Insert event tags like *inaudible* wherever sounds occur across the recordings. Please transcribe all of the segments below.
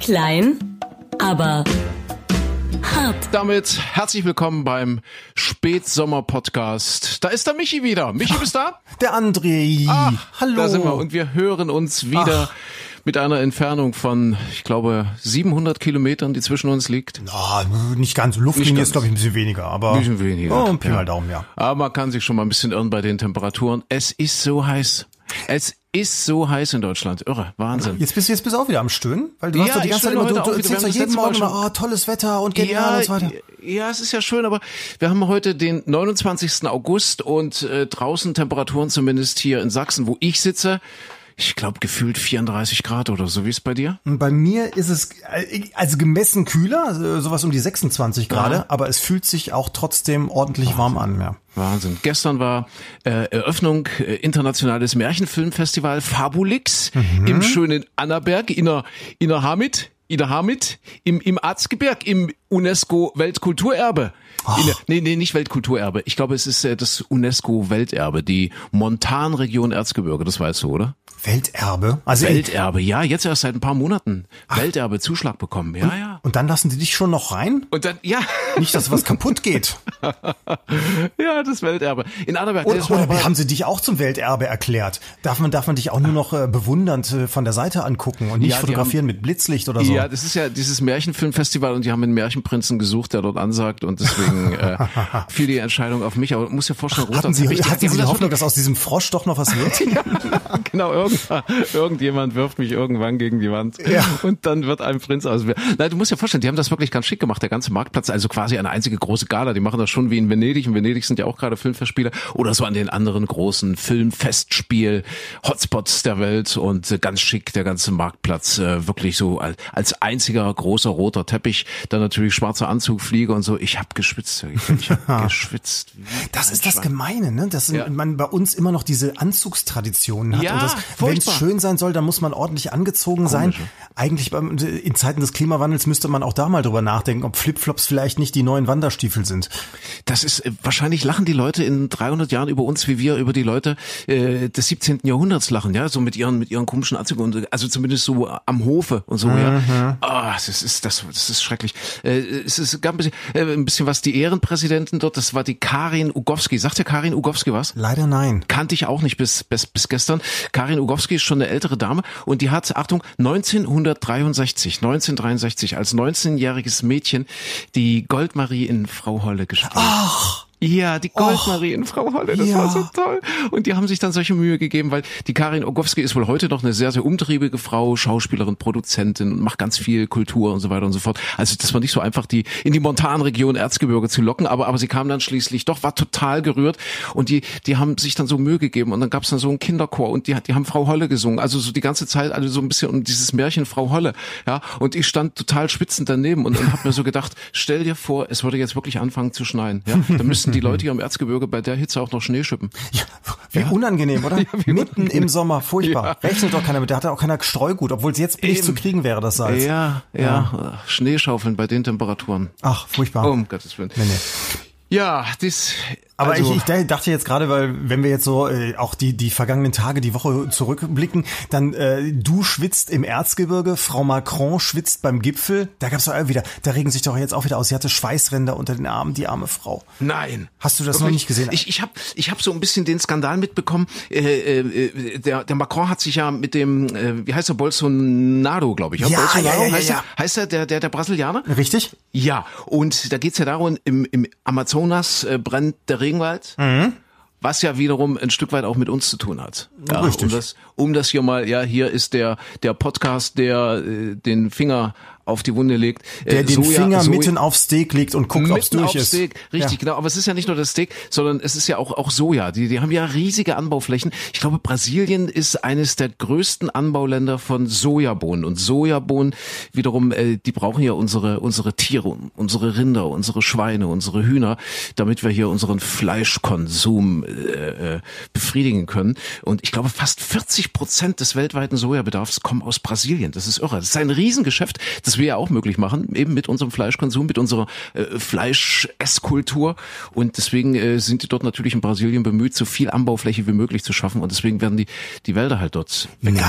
Klein, aber hart. Damit herzlich willkommen beim Spätsommer-Podcast. Da ist der Michi wieder. Michi, bist du da? Der André. Ah, hallo. Ah, Da sind wir und wir hören uns wieder mit einer Entfernung von, ich glaube, 700 Kilometern, die zwischen uns liegt. Ah, nicht ganz. Luftlinie Nicht ist, ganz. glaube ich, ein bisschen weniger, aber. Ein bisschen weniger. Oh, Pi Ja. mal Daumen, ja. Aber man kann sich schon mal ein bisschen irren bei den Temperaturen. Es ist so heiß. Es ist so heiß in Deutschland. Irre. Wahnsinn. Jetzt bist, jetzt bist du auch wieder am Stöhnen, weil du Ja, hast doch die ich ganze Zeit stöhne immer, du, heute du auch wieder. erzählst Wir doch haben das jeden letzte Mal Morgen immer, schon- oh, tolles Wetter und genial und so weiter. ja, äh, es ist ja schön, aber wir haben heute den 29. August und äh, draußen Temperaturen zumindest hier in Sachsen, wo ich sitze. Ich glaube, gefühlt 34 Grad oder so. Wie ist bei dir? Und bei mir ist es, äh, also gemessen kühler, äh, sowas um die 26 Grad, aber es fühlt sich auch trotzdem ordentlich warm an, ja. Wahnsinn. Gestern war äh, Eröffnung äh, Internationales Märchenfilmfestival Fabulix Mhm. im schönen Annaberg, inner, inner Hamid. In der Hamid, im, im Arzgebirg, im UNESCO-Weltkulturerbe. Oh. In der- Nee, nee, nicht Weltkulturerbe. Ich glaube, es ist äh, das UNESCO-Welterbe, die Montanregion Erzgebirge, das weißt du, oder? Welterbe. Also, Welterbe, ja, jetzt erst seit ein paar Monaten. Welterbe, Zuschlag bekommen, ja, ja. und dann lassen die dich schon noch rein? Und dann, *laughs* ja, Nicht, dass was *laughs* kaputt geht. ja, das Welterbe. In Annaberg, Oder, das war oder aber- haben sie dich auch zum Welterbe erklärt? Darf man, darf man dich auch nur noch äh, bewundernd äh, von der Seite angucken und nicht Ja, die fotografieren mit Blitzlicht oder so? Ja, das ist ja dieses Märchenfilmfestival und die haben einen Märchenprinzen gesucht, der dort ansagt und deswegen *laughs* äh, fiel die Entscheidung auf mich. Aber muss ja vorstellen, hatten Sie, Roter Teppich, die- hatten die sie die haben Hoffnung, dass aus diesem Frosch doch noch *laughs* was wird? das- genau, irgendwann, irgendjemand wirft mich irgendwann gegen die Wand und dann wird ein Prinz aus. mir. Nein, du musst ja vorstellen, die haben das wirklich ganz schick gemacht, der ganze Marktplatz, also quasi eine einzige große Gala. Die machen das schon wie in Venedig. In Venedig sind ja auch gerade Filmfestspiele oder so an den anderen großen Filmfestspiel-Hotspots der Welt und äh, ganz schick der ganze Marktplatz äh, wirklich so als, als einziger großer roter Teppich. Dann natürlich schwarzer Anzug, Fliege und so. Ich habe geschwitzt, Jürgen. ich *laughs* habe geschwitzt. wie Das ein ist das Schwein. Gemeine, ne? dass Ja. man bei uns immer noch diese Anzugstraditionen hat. Ja, und das, wenn es furchtbar. schön sein soll, dann muss man ordentlich angezogen sein. Eigentlich beim, in Zeiten des Klimawandels müsste man auch da mal drüber nachdenken, ob Flipflops vielleicht nicht die neuen Wanderstiefel sind. Das ist äh, wahrscheinlich lachen die Leute in 300 Jahren über uns, wie wir über die Leute äh, des 17. Jahrhunderts lachen, ja, so mit ihren mit ihren komischen Anzügen und äh, also zumindest so am Hofe und so, ja. Ah, das ist das das ist schrecklich. Äh, es ist gab ein bisschen, äh, ein bisschen was die Ehrenpräsidentin dort, das war die Karin Ugowski. Sagt dir Karin Ugowski was? Leider nein. kannte ich auch nicht bis, bis, bis gestern. Karin Ugowski ist schon eine ältere Dame und die hat, Achtung, 1963, 1963 als 19-jähriges Mädchen die Goldmarie in Frau Holle gespielt. Ach. Ja, die Goldmarie in Frau Holle, das Ja. war so *laughs* toll. Und die haben sich dann solche Mühe gegeben, weil die Karin Ogowski ist wohl heute noch eine sehr, sehr umtriebige Frau, Schauspielerin, Produzentin und macht ganz viel Kultur und so weiter und so fort. Also das war nicht so einfach, die in die Montanregion Erzgebirge zu locken, aber, aber sie kam dann schließlich doch, war total gerührt und die, die haben sich dann so Mühe gegeben und dann gab es dann so einen Kinderchor und die, hat- die haben Frau Holle gesungen, also so die ganze Zeit also so ein bisschen um dieses Märchen Frau Holle, ja, und ich stand total schwitzend daneben und, und habe mir so gedacht, stell dir vor, es würde jetzt wirklich anfangen zu schneien, ja, dann müssten die Leute hier im Erzgebirge bei der Hitze auch noch Schnee schippen. Ja, wie *laughs* unangenehm, oder? Mitten im Sommer, furchtbar. Rechnet doch keiner mit, da hat auch keiner Streugut, obwohl es jetzt billig zu kriegen wäre, das Salz. Ja, ja, Schneeschaufeln bei den Temperaturen. Ach, furchtbar. Oh, um Gottes Willen. Ja, das. Aber also, ich, ich dachte jetzt gerade, weil wenn wir jetzt so äh, auch die, die vergangenen Tage, die Woche zurückblicken, dann äh, du schwitzt im Erzgebirge, Frau Macron schwitzt beim Gipfel. Da gab's doch auch wieder, da regen sich doch jetzt auch wieder aus. Sie hatte Schweißränder unter den Armen, die arme Frau. Nein. Hast du das noch nicht gesehen? Ich, ich habe ich hab so ein bisschen den Skandal mitbekommen. Äh, äh, äh, der, der Macron hat sich ja mit dem, äh, wie heißt er, Bolsonaro, glaube ich. Ja, Bolsonaro ja, ja, ja, heißt, ja. Er, heißt er, der, der, der Brasilianer? Richtig? Ja, und da geht's ja darum, im, im Amazonas äh, brennt der Regenwald. Mhm. Was ja wiederum ein Stück weit auch mit uns zu tun hat. Ja, Richtig. Um das, um das hier mal, ja, hier ist der, der Podcast, der äh, den Finger auf die Wunde legt. Äh, Der den Soja- Finger Soja- mitten aufs Steak legt und guckt, ob's Mitten durch aufs ist. Steak, richtig, Ja. genau. Aber es ist ja nicht nur das Steak, sondern es ist ja auch, auch Soja. Die, die haben ja riesige Anbauflächen. Ich glaube, Brasilien ist eines der größten Anbauländer von Sojabohnen. Und Sojabohnen wiederum, äh, die brauchen ja unsere, unsere Tiere, unsere Rinder, unsere Schweine, unsere Hühner, damit wir hier unseren Fleischkonsum äh, äh, befriedigen können. Und ich glaube, fast 40 Prozent des weltweiten Sojabedarfs kommen aus Brasilien. Das ist irre. Das ist ein Riesengeschäft. Das was wir ja auch möglich machen, eben mit unserem Fleischkonsum, mit unserer äh, Fleischesskultur. Und deswegen äh, sind die dort natürlich in Brasilien bemüht, so viel Anbaufläche wie möglich zu schaffen. Und deswegen werden die, die Wälder halt dort weggebrannt.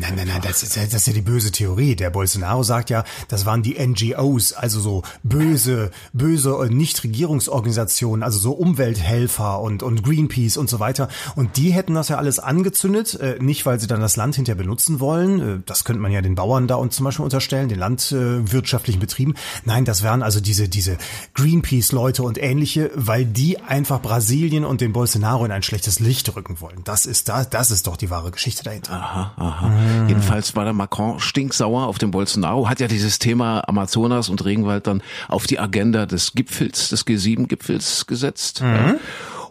Nein, nein, nein, das ist, ja- das ist ja die böse Theorie. Der Bolsonaro sagt ja, das waren die NGOs, also so böse, böse äh, Nichtregierungsorganisationen, also so Umwelthelfer und, und Greenpeace und so weiter. Und die hätten das ja alles angezündet, äh, nicht weil sie dann das Land hinterher benutzen wollen. Äh, Das könnte man ja den Bauern da und zum Beispiel unterstellen, den landwirtschaftlichen Betrieben. Nein, das wären also diese, diese Greenpeace-Leute und ähnliche, weil die einfach Brasilien und den Bolsonaro in ein schlechtes Licht rücken wollen. Das ist da, das ist doch die wahre Geschichte dahinter. Aha, aha. Ah. Jedenfalls war der Macron stinksauer auf den Bolsonaro, hat ja dieses Thema Amazonas und Regenwald dann auf die Agenda des Gipfels, des G7-Gipfels gesetzt. Mhm. Ja.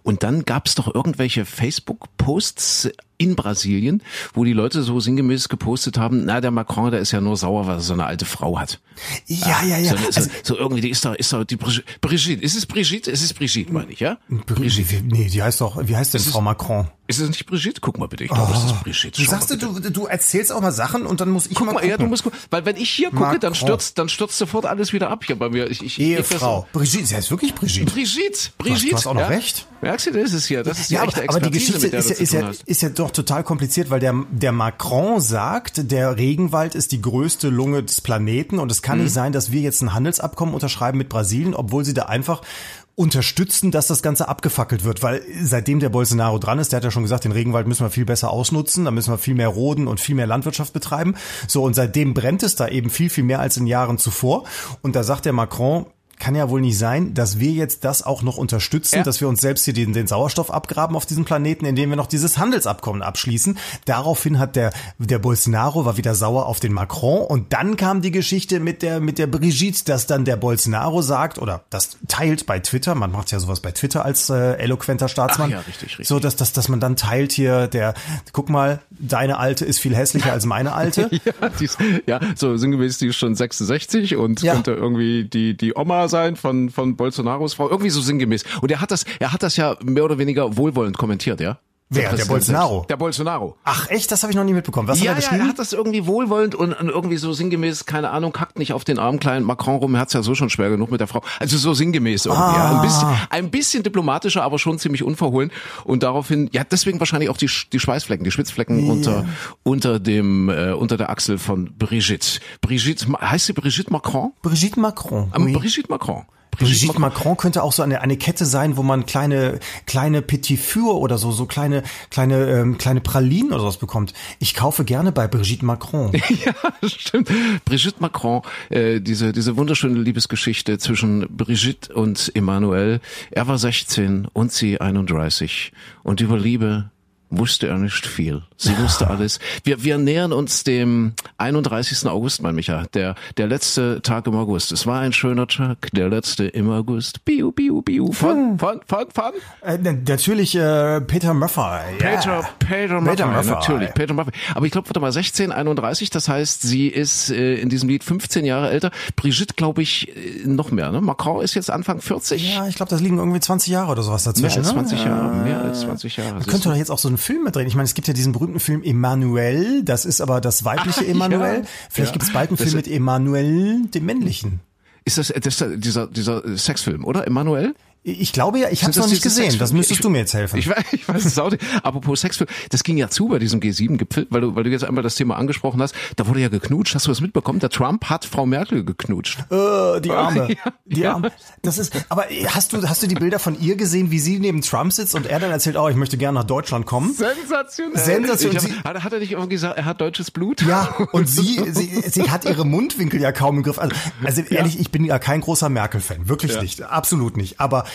Und dann gab es doch irgendwelche Facebook-Posts in Brasilien, wo die Leute so sinngemäß gepostet haben, na, der Macron, der ist ja nur sauer, weil er so eine alte Frau hat. Ja, ja, ja. also So, so, so irgendwie, die ist doch, ist doch die Brigi- Brigitte. Ist es Brigitte? Es ist Brigitte, meine ich, ja? Mhm. Brigitte. Wie- Nee, die heißt doch, wie heißt denn Frau Macron? Ist es nicht Brigitte? Guck mal bitte, ich glaube, es ist Brigitte. Oh, Du Schau mal sagst, bitte. du, du erzählst auch mal Sachen und dann muss ich Guck mal mal, ja, du gucken. musst gucken. Weil wenn ich hier gucke, Macron. dann stürzt, dann stürzt sofort alles wieder ab hier bei mir. Ich, ich, Ehefrau. Brigitte, sie heißt wirklich Ich, Brigitte. Brigitte, Brigitte. du hast auch noch ja. recht. Merkst du, das ist hier, das ist die Ja, echte aber, aber Expertise, die Geschichte mit der ist, du ja- zu ist, tun ja, hast. *laughs* ist ja doch total kompliziert, weil der, der Macron sagt, der Regenwald ist die größte Lunge des Planeten und es kann Mhm. nicht sein, dass wir jetzt ein Handelsabkommen unterschreiben mit Brasilien, obwohl sie da einfach unterstützen, dass das Ganze abgefackelt wird, weil seitdem der Bolsonaro dran ist, der hat ja schon gesagt, den Regenwald müssen wir viel besser ausnutzen, da müssen wir viel mehr roden und viel mehr Landwirtschaft betreiben. So, und seitdem brennt es da eben viel, viel mehr als in Jahren zuvor. Und da sagt der Macron, kann ja wohl nicht sein, dass wir jetzt das auch noch unterstützen, Ja. dass wir uns selbst hier den, den Sauerstoff abgraben auf diesem Planeten, indem wir noch dieses Handelsabkommen abschließen. Daraufhin hat der, der Bolsonaro war wieder sauer auf den Macron und dann kam die Geschichte mit der, mit der Brigitte, dass dann der Bolsonaro sagt oder das teilt bei Twitter, man macht ja sowas bei Twitter als äh, eloquenter Staatsmann. Ach ja, richtig, richtig. So, dass, dass, dass man dann teilt hier der, guck mal, deine Alte ist viel hässlicher als meine *laughs* Alte. Ja, die ist, ja, so sinngemäß, die ist schon 66 und Ja. könnte irgendwie die, die Oma sein von, von Bolsonaros Frau. Irgendwie so sinngemäß. Und er hat das, er hat das ja mehr oder weniger wohlwollend kommentiert, ja? Wer? Der Präsident Bolsonaro? selbst. Der Bolsonaro. Ach echt, das habe ich noch nie mitbekommen. Was ja, hat er ja, geschrieben? er hat das irgendwie wohlwollend und, und irgendwie so sinngemäß, keine Ahnung, kackt nicht auf den armen kleinen Macron rum, er hat's ja so schon schwer genug mit der Frau. Also so sinngemäß irgendwie. Ah. Ja. Ein, bisschen, ein bisschen diplomatischer, aber schon ziemlich unverhohlen. Und daraufhin, ja, deswegen wahrscheinlich auch die, Sch- die Schweißflecken, die Schwitzflecken unter, unter dem, äh, unter der Achsel von Brigitte. Brigitte, Ma- heißt sie Brigitte Macron? Brigitte Macron. Ähm, Oui. Brigitte Macron. Brigitte Macron. könnte auch so eine, eine Kette sein, wo man kleine, kleine Petit Four oder so, so kleine, kleine, ähm, kleine Pralinen oder sowas bekommt. Ich kaufe gerne bei *laughs* Brigitte Macron. Ja, stimmt. Brigitte Macron, äh, diese, diese wunderschöne Liebesgeschichte zwischen Brigitte und Emmanuel. Er war 16 und sie 31. Und über Liebe wusste er nicht viel. Sie wusste alles. Wir, wir nähern uns dem 31. August, mein Micha, der, der letzte Tag im August. Es war ein schöner Tag, der letzte im August. Biu, biu, biu. Fun, fun, fun, fun. äh, na- natürlich äh, Peter Maffay. Yeah. Peter, Peter Maffay, Peter Maffay. natürlich. Peter Maffay. Aber ich glaube, warte mal, 16, 31, das heißt, sie ist äh, in diesem Lied 15 Jahre älter. Brigitte, glaube ich, äh, noch mehr. Ne? Macron ist jetzt Anfang 40. Ja, ich glaube, das liegen irgendwie 20 Jahre oder sowas mehr dazwischen. als ne? 20 Jahre. Mehr als 20 Jahre. Man könnte Siehst doch jetzt auch so einen Film mitdrehen. Ich meine, es gibt ja diesen berühmten Film Emmanuel, das ist aber das weibliche Ah, Emmanuel. ja. Vielleicht Ja. gibt es bald einen Das- Film mit Emmanuel, dem männlichen. du? Ist das, äh, das ist dieser, dieser äh, Sexfilm, oder? Emmanuel? Ich glaube ja, ich habe es Sind noch das nicht diese gesehen. Das Sexfilme? müsstest Ich- du mir jetzt helfen. Ich weiß, ich weiß es auch nicht. Apropos Sexfilm, das ging ja zu bei diesem G7-Gipfel, weil du, weil du jetzt einmal das Thema angesprochen hast. Da wurde ja geknutscht. Hast du das mitbekommen? Der Trump hat Frau Merkel geknutscht. Äh, die Arme. *laughs* Ja, die ja. Arme. Das ist, aber hast du, hast du die Bilder von ihr gesehen, wie sie neben Trump sitzt und er dann erzählt, oh, ich möchte gerne nach Deutschland kommen? Sensationell. Sensationell. Ich Hab, hat, hat er nicht irgendwie gesagt, er hat deutsches Blut? Ja, *laughs* und sie, sie, sie hat ihre Mundwinkel ja kaum im Griff. Also, also ehrlich, ich bin ja kein großer Merkel-Fan. Wirklich nicht. Absolut nicht. Aber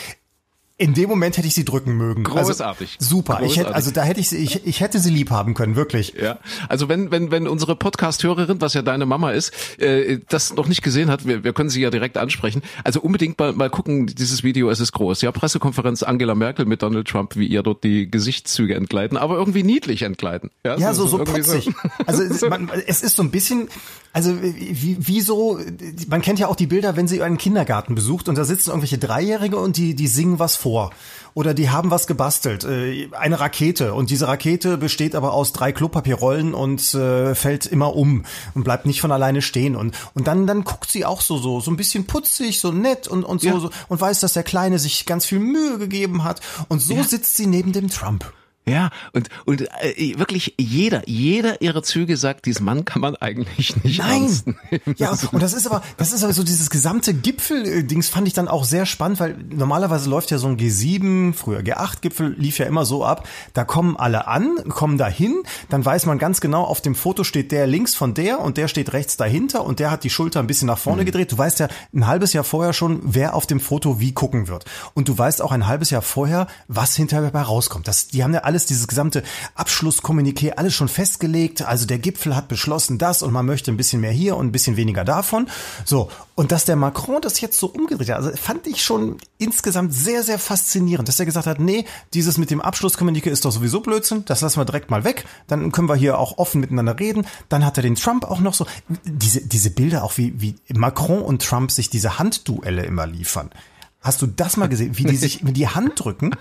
in dem Moment hätte ich sie drücken mögen. Großartig. Also, super. Ich hätte, Großartig. also da hätte ich sie, ich, ich hätte sie lieb haben können, wirklich. Ja, also wenn wenn wenn unsere Podcast-Hörerin, was ja deine Mama ist, äh, das noch nicht gesehen hat, wir, wir können sie ja direkt ansprechen. Also unbedingt mal mal gucken, dieses Video, es ist groß. Ja, Pressekonferenz Angela Merkel mit Donald Trump, wie ihr dort die Gesichtszüge entgleiten, aber irgendwie niedlich entgleiten. Ja, so, so irgendwie putzig. Also es- man, es ist so ein bisschen, also wie, wie so, man kennt ja auch die Bilder, wenn sie einen Kindergarten besucht und da sitzen irgendwelche Dreijährige und die, die singen was vor. Oder die haben was gebastelt, äh, eine Rakete. Und diese Rakete besteht aber aus drei Klopapierrollen und äh, fällt immer um und bleibt nicht von alleine stehen. Und, und dann, dann guckt sie auch so, so, so ein bisschen putzig, so nett und, und so, Ja. so und weiß, dass der Kleine sich ganz viel Mühe gegeben hat. Und so sitzt sie neben dem Trump. *laughs* Ja, und, und äh, wirklich jeder, jeder ihrer Züge sagt, diesen Mann kann man eigentlich nicht *laughs* ernst Nein. nehmen. *laughs* Ja, und das ist aber, das ist aber so dieses gesamte Gipfel-Dings fand ich dann auch sehr spannend, weil normalerweise läuft ja so ein G7, früher G8-Gipfel, lief ja immer so ab. Da kommen alle an, kommen dahin, dann weiß man ganz genau, auf dem Foto steht der links von der und der steht rechts dahinter und der hat die Schulter ein bisschen nach Mhm. vorne gedreht. Du weißt ja ein halbes Jahr vorher schon, wer auf dem Foto wie gucken wird. Und du weißt auch ein halbes Jahr vorher, was hinterher bei rauskommt. Das, die haben ja alles, dieses gesamte Abschlusskommuniqué, alles schon festgelegt. Also der Gipfel hat beschlossen das und man möchte ein bisschen mehr hier und ein bisschen weniger davon. So. Und dass der Macron das jetzt so umgedreht hat, also fand ich schon insgesamt sehr, sehr faszinierend, dass er gesagt hat, nee, dieses mit dem Abschlusskommuniqué ist doch sowieso Blödsinn, das lassen wir direkt mal weg, dann können wir hier auch offen miteinander reden. Dann hat er den Trump auch noch so, diese, diese Bilder auch, wie, wie Macron und Trump sich diese Handduelle immer liefern. Hast du das mal gesehen, wie die sich mit die Hand drücken?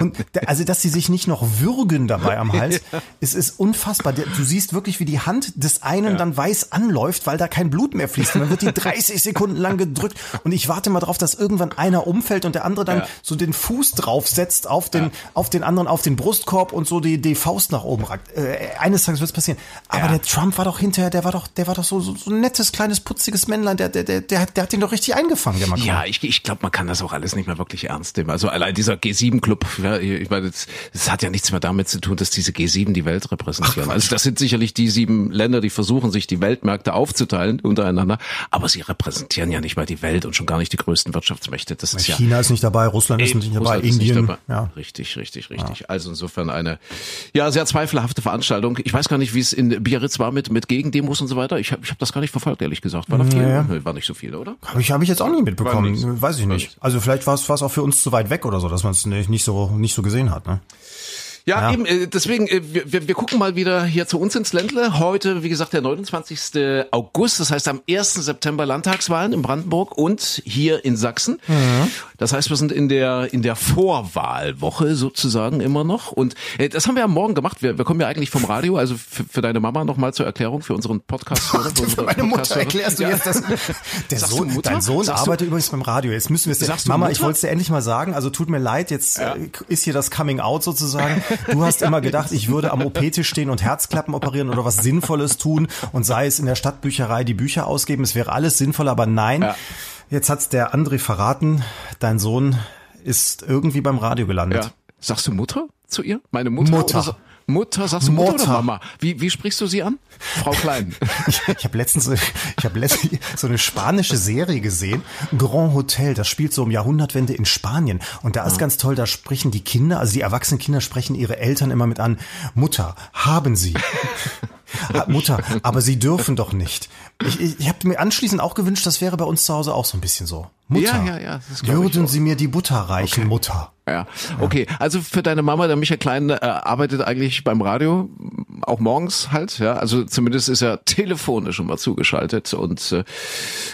Und da, also, dass sie sich nicht noch würgen dabei am *laughs* Hals, es ist unfassbar. Der- Du siehst wirklich, wie die Hand des einen dann weiß anläuft, weil da kein Blut mehr fließt. Und dann wird die 30 Sekunden lang gedrückt. Und ich warte mal drauf, dass irgendwann einer umfällt und der andere dann Ja. so den Fuß draufsetzt auf den, auf den anderen, auf den Brustkorb und so die, die Faust nach oben ragt. Äh, eines Tages wird es passieren. Aber Ja. der Trump war doch hinterher, der war doch, der war doch so, so, so ein nettes, kleines, putziges Männlein. Der, der, der, der, hat- der hat ihn doch richtig eingefangen, der Macron. Ja, ich, ich glaube, man kann das auch alles nicht mehr wirklich ernst nehmen. Also allein dieser G7-Club, ja, ich meine, das, das hat ja nichts mehr damit zu tun, dass diese G7 die Welt repräsentieren. also das sind sicherlich die sieben Länder, die versuchen, sich die Weltmärkte aufzuteilen untereinander, aber sie repräsentieren ja nicht mal die Welt und schon gar nicht die größten Wirtschaftsmächte. Das ist ja China ist nicht dabei, Russland ist Eben, nicht dabei, Russland ist nicht Indien. dabei. Ja. Richtig, richtig, richtig. Also insofern eine ja sehr zweifelhafte Veranstaltung. Ich weiß gar nicht, wie es in Biarritz war mit mit Gegendemos und so weiter. Ich habe ich hab das gar nicht verfolgt, ehrlich gesagt. War da viel? Naja. Nö, War nicht so viel, oder? Habe ich, hab ich jetzt auch nicht mitbekommen. War nix. Weiß ich War nicht. nix. Also vielleicht war es war's auch für uns zu weit weg oder so, dass man es nicht nicht so, nicht so gesehen hat. Ne? Ja, Ja. eben, äh, deswegen, äh, wir, wir- wir gucken mal wieder hier zu uns ins Ländle. Heute, wie gesagt, der 29. August, das heißt am 1. September Landtagswahlen in Brandenburg und hier in Sachsen. Mhm. Das heißt, wir sind in der, in der Vorwahlwoche sozusagen immer noch. Und äh, das haben wir am Morgen gemacht. Wir, wir kommen ja eigentlich vom Radio, also für, für deine Mama nochmal zur Erklärung, für unseren Podcast. *laughs* Für meine Mutter erklärst du *laughs* jetzt das. Der Sagst du Sohn, Mutter? dein Sohn Sagst du- arbeitet übrigens beim Radio. Jetzt müssen wir es. Sagst du Mama, Mutter? ich wollte es dir endlich mal sagen. Also tut mir leid, jetzt äh, ist hier das Coming Out sozusagen. Du hast immer gedacht, ich würde am OP-Tisch stehen und Herzklappen operieren oder was Sinnvolles tun und sei es in der Stadtbücherei die Bücher ausgeben. Es wäre alles sinnvoll, aber nein. Jetzt hat's der André verraten. Dein Sohn ist irgendwie beim Radio gelandet. Ja. Sagst du Mutter zu ihr? Meine Mutter? Mutter. Oder sa- Mutter, sagst du Mutter, Mutter. oder Mama? Wie, wie sprichst du sie an? Frau *laughs* Klein. Ich, ich habe letztens, ich hab letztens so eine spanische Serie gesehen, Grand Hotel, das spielt so um Jahrhundertwende in Spanien. Und da ist Ah. ganz toll, da sprechen die Kinder, also die erwachsenen Kinder sprechen ihre Eltern immer mit an, Mutter, haben Sie. Ha- Mutter, aber Sie dürfen doch nicht. Ich, ich, ich habe mir anschließend auch gewünscht, das wäre bei uns zu Hause auch so ein bisschen so. Mutter, Ja, ja, ja, das glaub ich würden auch. Sie mir die Butter reichen, Mutter? Ja, okay. Also für deine Mama, der Michael Klein äh, arbeitet eigentlich beim Radio, auch morgens halt. Ja, also zumindest ist er telefonisch immer zugeschaltet und äh,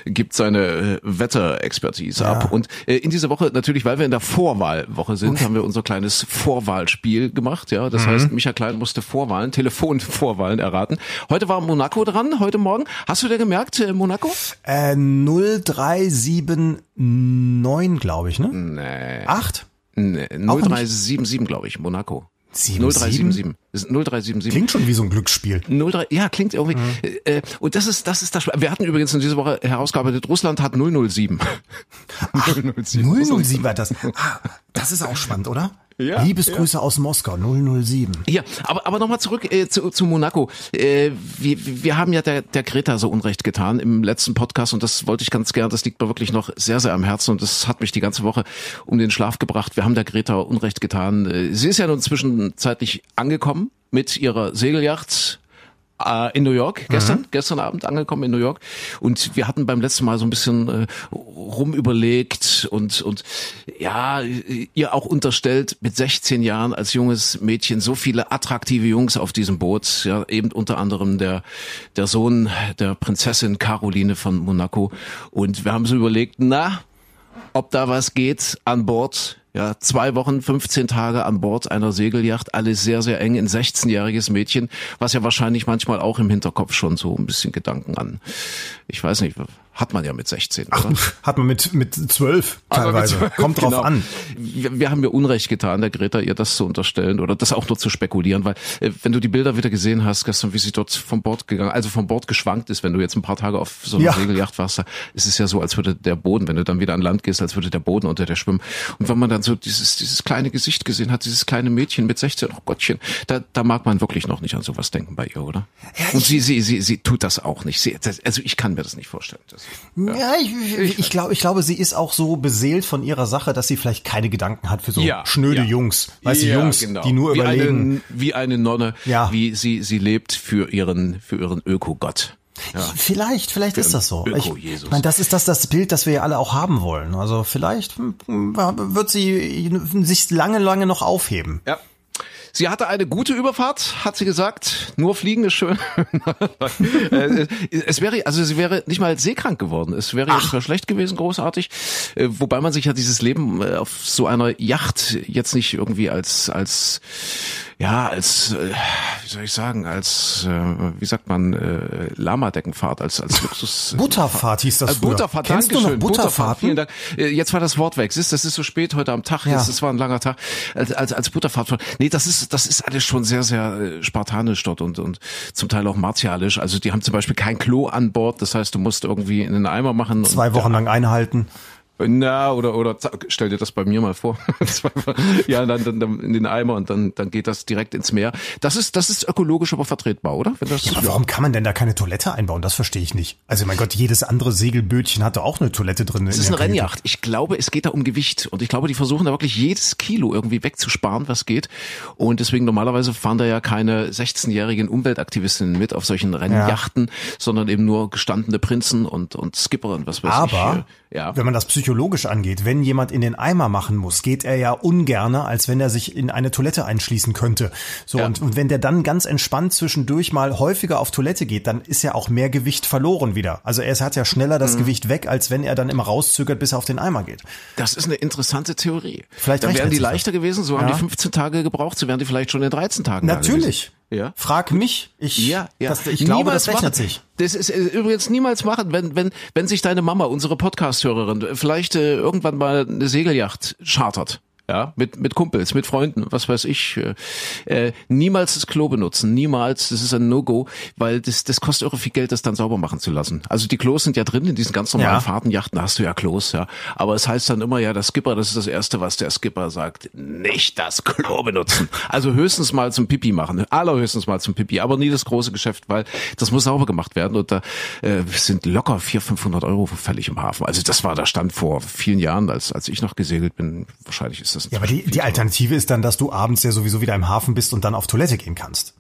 gibt seine äh, Wetterexpertise ab. Und äh, in dieser Woche natürlich, weil wir in der Vorwahlwoche sind, haben wir unser kleines Vorwahlspiel gemacht. Ja, das heißt, Michael Klein musste Vorwahlen, Telefonvorwahlen erraten. Heute war Monaco dran, heute Morgen. Hast du dir gemerkt, äh, Monaco? Äh, 0379, glaube ich, ne? Nee. Acht? Nee, 0377, glaube ich, Monaco. 0377. Das ist 0377. Klingt schon wie so ein Glücksspiel. 03, ja, klingt irgendwie. Äh, und das ist, das ist das. Sp- Wir hatten übrigens in dieser Woche herausgearbeitet, Russland hat 007. *laughs* 007. 007 war das. Ah, das ist auch spannend, oder? Ja, Liebesgrüße aus Moskau, 007. Ja, aber, aber nochmal zurück äh, zu, zu Monaco. Äh, wir, wir haben ja der, der Greta so Unrecht getan im letzten Podcast und das wollte ich ganz gern, das liegt mir wirklich noch sehr, sehr am Herzen und das hat mich die ganze Woche um den Schlaf gebracht. Wir haben der Greta Unrecht getan. Äh, Sie ist ja nun zwischenzeitlich angekommen mit ihrer Segelyacht. äh, In New York, gestern, gestern Abend angekommen in New York. Und wir hatten beim letzten Mal so ein bisschen äh, rumüberlegt und, und ja, ihr auch unterstellt, mit 16 Jahren als junges Mädchen so viele attraktive Jungs auf diesem Boot, ja, eben unter anderem der, der Sohn der Prinzessin Caroline von Monaco. Und wir haben so überlegt, na, ob da was geht an Bord. Ja, zwei Wochen, 15 Tage an Bord einer Segelyacht, alles sehr, sehr eng, ein 16-jähriges Mädchen, was ja wahrscheinlich manchmal auch im Hinterkopf schon so ein bisschen Gedanken an, ich weiß nicht, hat man ja mit 16, Ach, oder? hat man mit, mit zwölf Aber teilweise. Also mit zwölf, Kommt drauf genau. an. Wir, wir haben mir Unrecht getan, der Greta, ihr das zu unterstellen oder das auch nur zu spekulieren, weil äh, wenn du die Bilder wieder gesehen hast, gestern, wie sie dort vom Bord gegangen, also vom Bord geschwankt ist, wenn du jetzt ein paar Tage auf so einer Ja. Segelyacht warst, da ist es ja so, als würde der Boden, wenn du dann wieder an Land gehst, als würde der Boden unter dir schwimmen. Und wenn man dann so dieses, dieses kleine Gesicht gesehen hat, dieses kleine Mädchen mit 16, oh Gottchen, da, da mag man wirklich noch nicht an sowas denken bei ihr, oder? Und sie, sie, sie, sie tut das auch nicht. Sie, das, also ich kann mir das nicht vorstellen. Das, Ja, ich, ich, ich, glaub, ich glaube, sie ist auch so beseelt von ihrer Sache, dass sie vielleicht keine Gedanken hat für so Ja, schnöde ja. Jungs. Weißt du, Jungs, genau. die nur wie überlegen. Eine, wie eine Nonne, Ja. wie sie, sie lebt für ihren, für ihren Ökogott. Vielleicht, vielleicht ist das so. Ich Öko-Jesus. meine, das ist das, das Bild, das wir ja alle auch haben wollen. Also vielleicht hm, hm, wird sie sich lange, lange noch aufheben. Ja. Sie hatte eine gute Überfahrt, hat sie gesagt. Nur fliegen ist schön. *laughs* Äh, es wäre, also sie wäre nicht mal seekrank geworden. Es wäre jetzt zwar schlecht gewesen, großartig. Äh, Wobei man sich ja dieses Leben äh, auf so einer Yacht jetzt nicht irgendwie als, als, ja, als, äh, wie soll ich sagen, als, äh, wie sagt man, äh, Lama-Deckenfahrt, als, als Luxus. Butterfahrt hieß das Äh, früher. Butterfahrt, Kennst du noch Dankeschön. Butterfahrt, Butterfahrten? vielen Dank. Äh, Jetzt war das Wort weg. Siehst, das ist so spät heute am Tag. Ja. Jetzt, das war ein langer Tag. Als, als, als Butterfahrt. Nee, das ist, das ist alles schon sehr, sehr äh, spartanisch dort und, und zum Teil auch martialisch. Also die haben zum Beispiel kein Klo an Bord. Das heißt, du musst irgendwie in den Eimer machen. und- Zwei Wochen lang einhalten. na, oder, oder zack, stell dir das bei mir mal vor. *laughs* Zweimal. ja, dann, dann, dann in den Eimer und dann, dann geht das direkt ins Meer. Das ist, das ist ökologisch aber vertretbar, oder? Wenn das, Aber warum kann man denn da keine Toilette einbauen? Das verstehe ich nicht. Also mein Gott, jedes andere Segelbötchen hatte auch eine Toilette drin. Es ist eine Rennjacht. Ich glaube, es geht da um Gewicht. Und ich glaube, die versuchen da wirklich jedes Kilo irgendwie wegzusparen, was geht. Und deswegen normalerweise fahren da ja keine 16-jährigen Umweltaktivistinnen mit auf solchen Rennjachten, sondern eben nur gestandene Prinzen und, und Skipper und was weiß Aber ich. Ja. wenn man das psychologisch angeht, wenn jemand in den Eimer machen muss, geht er ja ungerne, als wenn er sich in eine Toilette einschließen könnte. So Ja. und, und wenn der dann ganz entspannt zwischendurch mal häufiger auf Toilette geht, dann ist ja auch mehr Gewicht verloren wieder. Also er hat ja schneller Mhm. das Gewicht weg, als wenn er dann immer rauszögert, bis er auf den Eimer geht. Das ist eine interessante Theorie. Vielleicht dann rechnet wären die sich das. leichter gewesen, so haben Ja. die 15 Tage gebraucht, so wären die vielleicht schon in 13 Tagen da Natürlich. gewesen. Ja. Frag mich. Ich, Ja, ja. Das, ich glaube, das machen. rechnet sich. Das ist äh, übrigens niemals machen, wenn wenn wenn sich deine Mama, unsere Podcast-Hörerin, äh, vielleicht äh, irgendwann mal eine Segelyacht chartert. Ja, mit, mit Kumpels, mit Freunden, was weiß ich. Äh, äh, niemals das Klo benutzen, niemals, das ist ein No-Go, weil das, das kostet irre viel Geld, das dann sauber machen zu lassen. Also die Klos sind ja drin, in diesen ganz normalen Ja. Fahrtenjachten hast du ja Klos, ja. Aber es heißt dann immer, ja, der Skipper, das ist das Erste, was der Skipper sagt. Nicht das Klo benutzen. Also höchstens mal zum Pipi machen. Allerhöchstens mal zum Pipi, aber nie das große Geschäft, weil das muss sauber gemacht werden. Und da äh, sind locker 400, 500 Euro fällig im Hafen. Also das war der Stand vor vielen Jahren, als, als ich noch gesegelt bin. Wahrscheinlich ist das Ja, aber die, die Alternative ist dann, dass du abends ja sowieso wieder im Hafen bist und dann auf Toilette gehen kannst.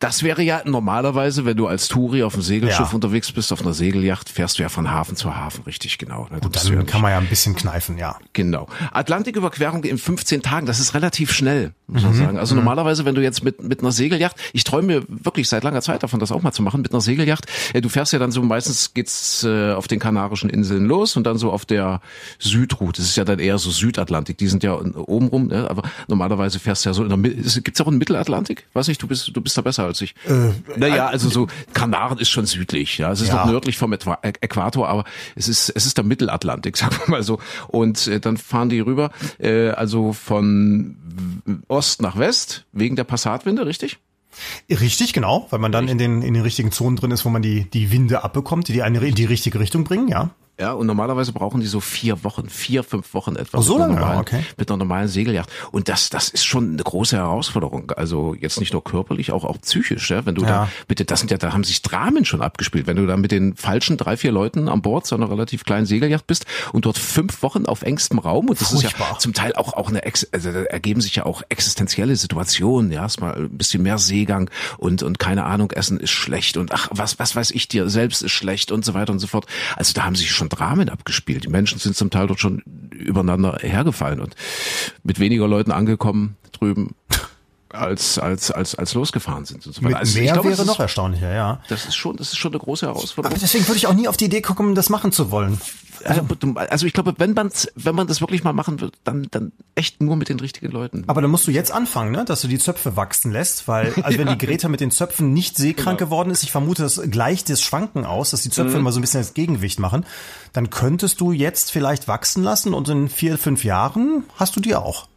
Das wäre ja normalerweise, wenn du als Touri auf dem Segelschiff Ja. unterwegs bist, auf einer Segelyacht, fährst du ja von Hafen zu Hafen, richtig genau. ne? Du bist ja Dann nicht- kann man ja ein bisschen kneifen, ja. Genau. Atlantiküberquerung in 15 Tagen, das ist relativ schnell, muss man sagen. Also normalerweise, wenn du jetzt mit, mit einer Segeljacht, ich träume mir wirklich seit langer Zeit davon, das auch mal zu machen, mit einer Segeljacht, äh, du fährst ja dann so, meistens geht's äh, auf den Kanarischen Inseln los und dann so auf der Südroute. Das ist ja dann eher so Südatlantik, die sind ja oben rum, ne? aber normalerweise fährst du ja so in der, Mi- ist- gibt's auch einen Mittelatlantik? Weiß nicht, du bist, du bist da besser als ich. naja, also so, Kanaren ist schon südlich, ja, es ist Ja. noch nördlich vom Ätwa- Ä- Äquator, aber es ist, es ist der Mittelatlantik, *laughs* sagen wir mal so. Und äh, dann fahren die rüber, äh, also von W- Ost nach West, wegen der Passatwinde, richtig? Richtig, genau, weil man dann in den, in den richtigen Zonen drin ist, wo man die, die Winde abbekommt, die die eine in die richtige Richtung bringen, ja. Ja, und normalerweise brauchen die so vier Wochen, vier, fünf Wochen etwa. Oh, so mit einer lange? normalen, Okay. Mit einer normalen Segeljacht. Und das, das ist schon eine große Herausforderung. Also jetzt nicht nur körperlich, auch, auch psychisch, ja? Wenn du da, Ja. bitte, das sind ja, da haben sich Dramen schon abgespielt. Wenn du da mit den falschen drei, vier Leuten an Bord so einer relativ kleinen Segeljacht bist und dort fünf Wochen auf engstem Raum, und das ist ja Furchtbar. zum Teil auch, auch eine, Ex also da ergeben sich ja auch existenzielle Situationen, ja, erstmal ein bisschen mehr Seegang und, und keine Ahnung, Essen ist schlecht und ach, was, was weiß ich dir, selbst ist schlecht und so weiter und so fort. Also da haben sich schon Dramen abgespielt. Die Menschen sind zum Teil dort *laughs* schon übereinander hergefallen und mit weniger Leuten angekommen drüben. als, als, als, als losgefahren sind. Und so Mit weiter. Also ich mehr glaube, es wäre ist- noch erstaunlicher, ja. Das ist schon, das ist schon eine große Herausforderung. Aber deswegen würde ich also- auch nie auf die Idee kommen, das machen zu wollen. Also, also ich glaube, wenn man wenn man das wirklich mal machen wird, dann dann echt nur mit den richtigen Leuten. Aber dann musst du jetzt anfangen, ne? dass du die Zöpfe wachsen lässt, weil *laughs* also wenn die Greta mit den Zöpfen nicht seekrank Genau. geworden ist, ich vermute, das gleicht das Schwanken aus, dass die Zöpfe Mhm. immer so ein bisschen das Gegengewicht machen, dann könntest du jetzt vielleicht wachsen lassen und in vier, fünf Jahren hast du die auch.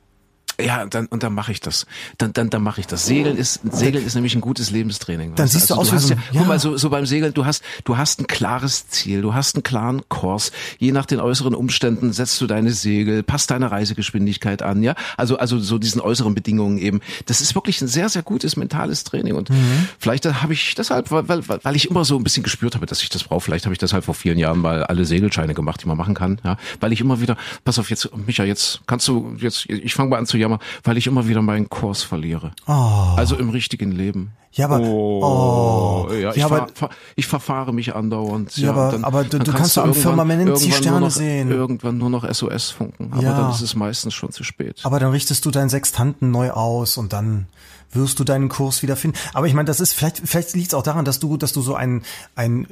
Ja, dann und dann mache ich das. Dann dann dann mache ich das. Segeln ist Segeln ist nämlich ein gutes Lebenstraining. Oh. Dann weißt Also siehst du aus wie hast so ein- ja, guck ja. mal, so, so beim Segeln, du hast du hast ein klares Ziel, du hast einen klaren Kurs. Je nach den äußeren Umständen setzt du deine Segel, passt deine Reisegeschwindigkeit an, ja? Also also so diesen äußeren Bedingungen eben. Das ist wirklich ein sehr sehr gutes mentales Training und vielleicht äh, habe ich deshalb weil, weil weil ich immer so ein bisschen gespürt habe, dass ich das brauche, vielleicht habe ich deshalb vor vielen Jahren mal alle Segelscheine gemacht, die man machen kann, ja? Weil ich immer wieder pass auf jetzt Micha, jetzt kannst du jetzt ich fange mal an zu jammern, weil ich immer wieder meinen Kurs verliere. Also im richtigen Leben. Ja, aber Oh, ja, ich, Ja, aber- ver, ver, ich verfahre mich andauernd. Ja, aber- dann- aber du- dann du kannst doch am irgendwann- Firmament die irgendwann nur Sterne noch, sehen. Irgendwann nur noch SOS funken, aber Ja. dann ist es meistens schon zu spät. Aber dann richtest du deinen Sextanten neu aus und dann wirst du deinen Kurs wieder finden. Aber ich meine, das ist vielleicht, vielleicht liegt es auch daran, dass du, dass du so ein, ein äh,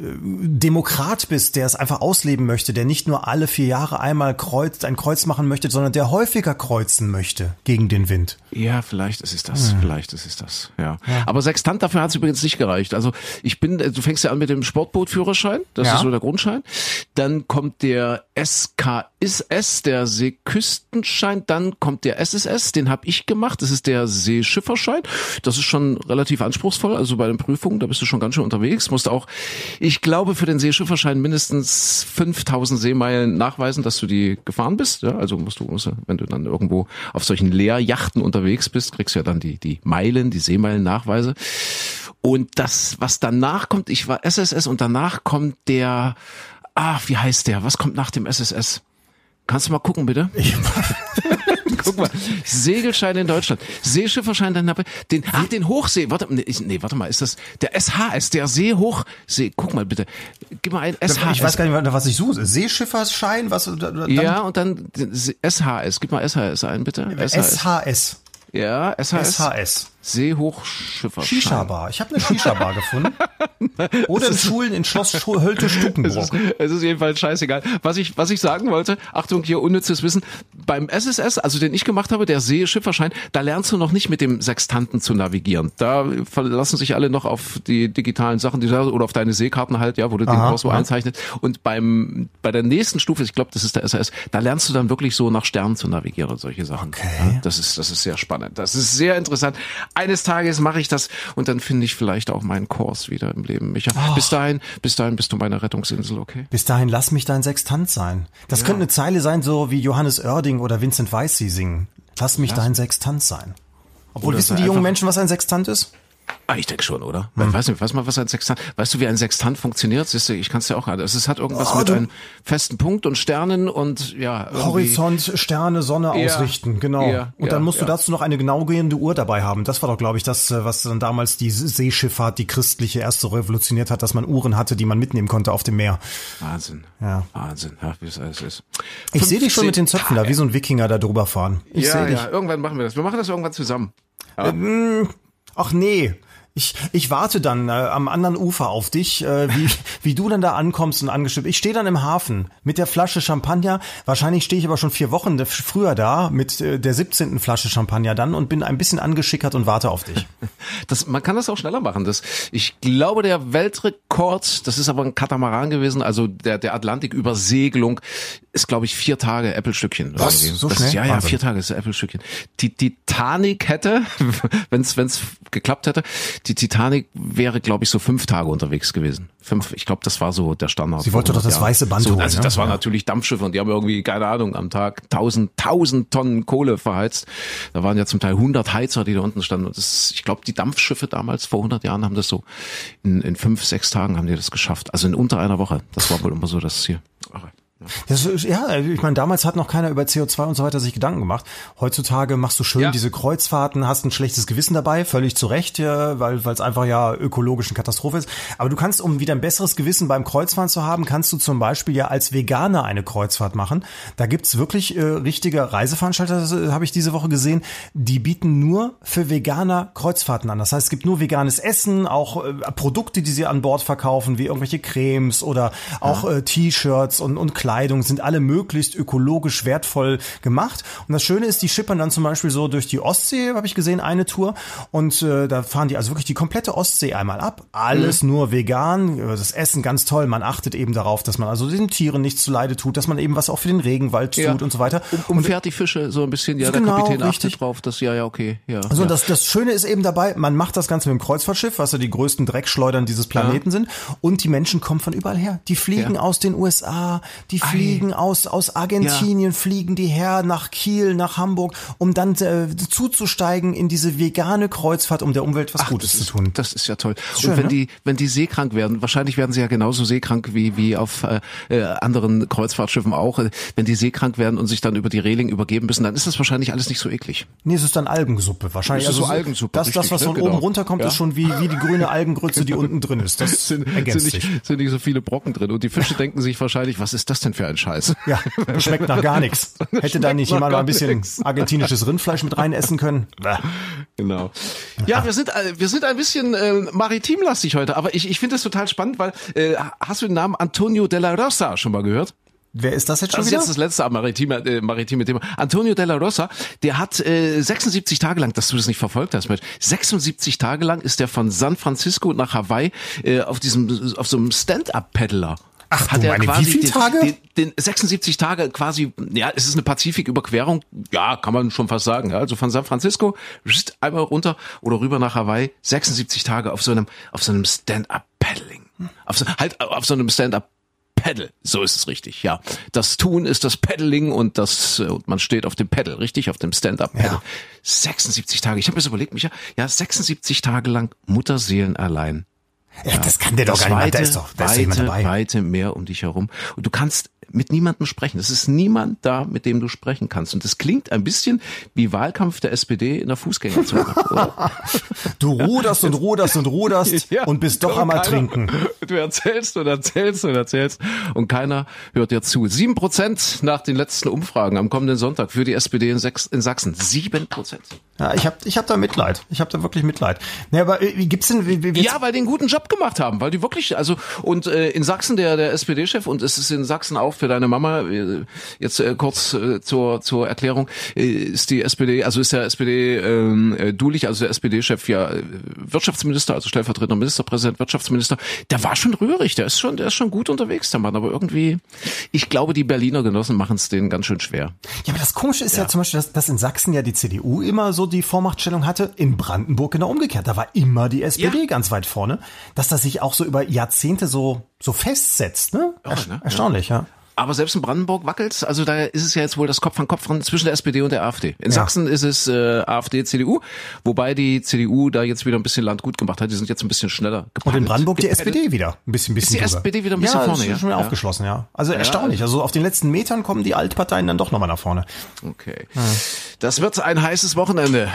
Demokrat bist, der es einfach ausleben möchte, der nicht nur alle vier Jahre einmal kreuzt, ein Kreuz machen möchte, sondern der häufiger kreuzen möchte gegen den Wind. Ja, vielleicht ist es das, vielleicht ist es das, ja. Aber Sextant dafür hat es übrigens nicht gereicht. Also ich bin, äh, du fängst ja an mit dem Sportbootführerschein, das Ja. ist so der Grundschein. Dann kommt der SKSS, der Seeküstenschein. Dann kommt der SSS, den habe ich gemacht. Das ist der Seeschifferschein. Das ist schon relativ anspruchsvoll. Also bei den Prüfungen, da bist du schon ganz schön unterwegs. Musst auch, ich glaube, für den Seeschifferschein mindestens 5000 Seemeilen nachweisen, dass du die gefahren bist. Ja, also musst du, musst, du- wenn du dann irgendwo auf solchen Leerjachten unterwegs bist, kriegst du ja dann die, die Meilen, die Seemeilen-Nachweise. Und das, was danach kommt, ich war SSS und danach kommt der, ah, wie heißt der? Was kommt nach dem SSS? Kannst du mal gucken, bitte? *laughs* Guck mal, Segelschein in Deutschland, Seeschifferschein, dann habe den, ach, den Hochsee, warte, nee, ich- nee, warte mal, ist das der SHS, der Seehochsee, guck mal bitte, gib mal ein SHS. Ich weiß gar nicht, was ich suche. Seeschiffersschein, was? Dann ja, und dann den SHS, gib mal SHS ein, bitte. SHS. SHS. Ja, SHS, SHS. Seehochschifferschein. Shisha-Bar. Ich habe eine *laughs* Shisha-Bar gefunden. Oder in Schulen in Schloss *laughs* Schu- Hölte-Stukenbrock. Es ist jedenfalls scheißegal. Was ich, was ich sagen wollte, Achtung, hier unnützes Wissen. Beim SSS, also den ich gemacht habe, der Seeschifferschein, da lernst du noch nicht mit dem Sextanten zu navigieren. Da verlassen sich alle noch auf die digitalen Sachen, die da, oder auf deine Seekarten halt, ja, wo du den Kurs wo einzeichnet. Und beim, bei der nächsten Stufe, ich glaube, das ist der SSS, da lernst du dann wirklich so nach Sternen zu navigieren und solche Sachen. Okay. Ja, das ist, das ist sehr spannend. Das ist sehr interessant. Eines Tages mache ich das und dann finde ich vielleicht auch meinen Kurs wieder im Leben, Micha. Oh. Bis dahin, bis dahin bist du meine Rettungsinsel, okay? Bis dahin lass mich dein Sextant sein. Das könnte eine Zeile sein, so wie Johannes Oerding oder Vincent Weiss sie singen. Lass mich dein Sextant sein. Obwohl Oder wissen sei die jungen einfach- Menschen, was ein Sextant ist? Ah, ich denke schon, oder? Hm. Weil, Weiß nicht, weiß mal, was ein Sextant, weißt du, wie ein Sextant funktioniert? Siehst du, ich kann es ja auch gerade. Es hat irgendwas Oh, mit du- einem festen Punkt und Sternen und ja. irgendwie- Horizont, Sterne, Sonne Ja. ausrichten, genau. Ja, Und dann ja, musst du ja. dazu noch eine genau gehende Uhr dabei haben. Das war doch, glaube ich, das, äh, was dann damals die Seeschifffahrt, die christliche erste revolutioniert hat, dass man Uhren hatte, die man mitnehmen konnte auf dem Meer. Wahnsinn. Ja. Wahnsinn, ja, wie es alles ist. Ich sehe dich schon mit den 15 Zöpfen da, wie so ein Wikinger da drüber fahren. Ich Ja, sehe dich. ja, irgendwann machen wir das. Wir machen das irgendwann zusammen. Ach nee. Ich, ich warte dann äh, am anderen Ufer auf dich, äh, wie, wie du dann da ankommst und angestimmt. Ich stehe dann im Hafen mit der Flasche Champagner. Wahrscheinlich stehe ich aber schon vier Wochen de- früher da mit äh, der 17. Flasche Champagner dann und bin ein bisschen angeschickert und warte auf dich. Das, man kann das auch schneller machen. Das, ich glaube, der Weltrekord, das ist aber ein Katamaran gewesen, also der, der Atlantikübersegelung, ist, glaube ich, vier Tage Äpfelstückchen. Was? Irgendwie. So das, schnell? Ja, ja, Wahnsinn. vier Tage ist Äpfelstückchen. Die Titanic hätte, *laughs* wenn es geklappt hätte, die Titanic wäre, glaube ich, so fünf Tage unterwegs gewesen. Fünf, ich glaube, das war so der Standard. Sie wollte doch das Ja. weiße Band so, holen, Also ne? das war Ja. natürlich Dampfschiffe und die haben irgendwie, keine Ahnung, am Tag 1000, 1000 Tonnen Kohle verheizt. Da waren ja zum Teil 100 Heizer, die da unten standen. Und das, ich glaube, die Dampfschiffe damals vor 100 Jahren haben das so in, in fünf, sechs Tagen haben die das geschafft. Also in unter einer Woche. Das war wohl immer so das Ziel. Ach, Das ist, ja, ich meine, damals hat noch keiner über CO2 und so weiter sich Gedanken gemacht. Heutzutage machst du schön Ja. diese Kreuzfahrten, hast ein schlechtes Gewissen dabei, völlig zu Recht, ja, weil es einfach ja ökologisch eine Katastrophe ist. Aber du kannst, um wieder ein besseres Gewissen beim Kreuzfahren zu haben, kannst du zum Beispiel ja als Veganer eine Kreuzfahrt machen. Da gibt's wirklich äh, richtige Reiseveranstalter, das äh, habe ich diese Woche gesehen, die bieten nur für Veganer Kreuzfahrten an. Das heißt, es gibt nur veganes Essen, auch äh, Produkte, die sie an Bord verkaufen, wie irgendwelche Cremes oder auch äh, T-Shirts und, und Kleidung sind alle möglichst ökologisch wertvoll gemacht. Und das Schöne ist, die schippern dann zum Beispiel so durch die Ostsee, habe ich gesehen, eine Tour. Und äh, da fahren die also wirklich die komplette Ostsee einmal ab. Alles Mhm. nur vegan. äh, Das Essen ganz toll. Man achtet eben darauf, dass man also den Tieren nichts zuleide tut, dass man eben was auch für den Regenwald tut Ja. und so weiter. Um die Fische so ein bisschen, ja, der Genau, Kapitän richtig. achtet drauf, dass, ja, ja, okay, ja. So, ja. Also und das, das Schöne ist eben dabei, man macht das Ganze mit dem Kreuzfahrtschiff, was ja die größten Dreckschleudern dieses Planeten sind. Und die Menschen kommen von überall her. Die fliegen Ja. aus den USA, die fliegen aus, aus Argentinien, fliegen die her nach Kiel, nach Hamburg, um dann äh, zuzusteigen in diese vegane Kreuzfahrt, um der Umwelt was Gutes das zu ist- tun. Das ist ja toll. schön, und wenn ne? die, wenn die seekrank werden, wahrscheinlich werden sie ja genauso seekrank wie, wie auf äh, äh, anderen Kreuzfahrtschiffen auch. Äh, Wenn die seekrank werden und sich dann über die Reling übergeben müssen, dann ist das wahrscheinlich alles nicht so eklig. Nee, es ist dann Algensuppe wahrscheinlich. Also Es ist so so- Algensuppe, Das, das, richtig, was ne? von Genau. oben runterkommt, Ja. Genau. ist schon wie, wie die grüne Algengrütze, die unten drin ist. Das ergänzt *laughs* sind, sich. nicht, sind nicht so viele Brocken drin. Und die Fische denken sich wahrscheinlich, was ist das denn für ein Scheiß? Ja, das schmeckt nach gar nichts. Hätte *laughs* da schmeckt nicht nach jemand mal gar ein bisschen nichts. argentinisches Rindfleisch mit rein essen können? Bäh. Genau. Ja, wir sind äh, wir sind ein bisschen äh, maritimlastig heute, aber ich, ich finde das total spannend, weil äh, hast du den Namen Antonio della Rosa schon mal gehört? Wer ist das jetzt schon Das ist wieder? jetzt das letzte maritime, äh, maritime Thema. Antonio Della Rosa, der hat äh, 76 Tage lang, dass du das nicht verfolgt hast, Mensch, 76 Tage lang ist der von San Francisco nach Hawaii äh, auf diesem auf so einem Stand-up-Paddler. Ach du meine, wie viele den, Tage? Den, den 76 Tage quasi, ja, es ist eine Pazifiküberquerung, ja, kann man schon fast sagen. ja. Also von San Francisco pst, einmal runter oder rüber nach Hawaii, 76 Tage auf so einem auf so einem Stand-up-Paddling, auf so, halt auf so einem Stand-up. Paddle, so ist es richtig, ja. Das Tun ist das Paddling und das äh, und man steht auf dem Paddle, richtig, auf dem Stand-up-Paddle. Ja. 76 Tage. Ich habe mir das überlegt, Micha, ja, 76 Tage lang Mutterseelen allein. Ja, das kann der doch Das gar nicht machen. weite, Da ist doch, da ist jemand weite, dabei. weite Meer um dich herum und du kannst mit niemandem sprechen. Es ist niemand da, mit dem du sprechen kannst. Und das klingt ein bisschen wie Wahlkampf der SPD in der Fußgängerzone. *laughs* oder? Du ruderst und ruderst und *laughs* ruderst Ja, und bist doch und am keiner- Ertrinken. *laughs* Du erzählst und erzählst und erzählst und keiner hört dir zu. Sieben Prozent nach den letzten Umfragen am kommenden Sonntag für die SPD in, Sachs- in Sachsen. Sieben Prozent. Ja, ich hab, ich hab da Mitleid. Ich hab da wirklich Mitleid. Nee, aber äh, wie gibt's denn, wie, wie, Ja, weil die einen guten Job gemacht haben, weil die wirklich, also und äh, in Sachsen der der SPD-Chef und es ist in Sachsen auch für deine Mama äh, jetzt äh, kurz äh, zur zur Erklärung äh, ist die SPD, also ist der SPD ähm, äh, Dulich, also der SPD-Chef ja äh, Wirtschaftsminister, also stellvertretender Ministerpräsident, Wirtschaftsminister, der war schon rührig, der ist schon der ist schon gut unterwegs, der Mann, aber irgendwie, ich glaube, die Berliner Genossen machen es denen ganz schön schwer. Ja, aber das Komische ist ja, zum Beispiel, dass, dass in Sachsen ja die CDU immer so die Vormachtstellung hatte, in Brandenburg genau umgekehrt. Da war immer die SPD Ja. ganz weit vorne. Dass das sich auch so über Jahrzehnte so, so festsetzt, ne? Erst- ne? Ja. Erstaunlich, ja. Aber selbst in Brandenburg wackelt's. Also da ist es ja jetzt wohl das Kopf an Kopf ran zwischen der SPD und der AfD. In Sachsen ist es äh, AfD, CDU, wobei die CDU da jetzt wieder ein bisschen Land gut gemacht hat. Die sind jetzt ein bisschen schneller Und gepaddelt. in Brandenburg die Gepaddelt. SPD wieder. Ein bisschen, bisschen die drüber. SPD wieder ein bisschen ja, vorne, Ist ja. schon wieder Ja. aufgeschlossen, ja. Also erstaunlich. Also auf den letzten Metern kommen die Altparteien dann doch nochmal nach vorne. Okay. Das wird ein heißes Wochenende.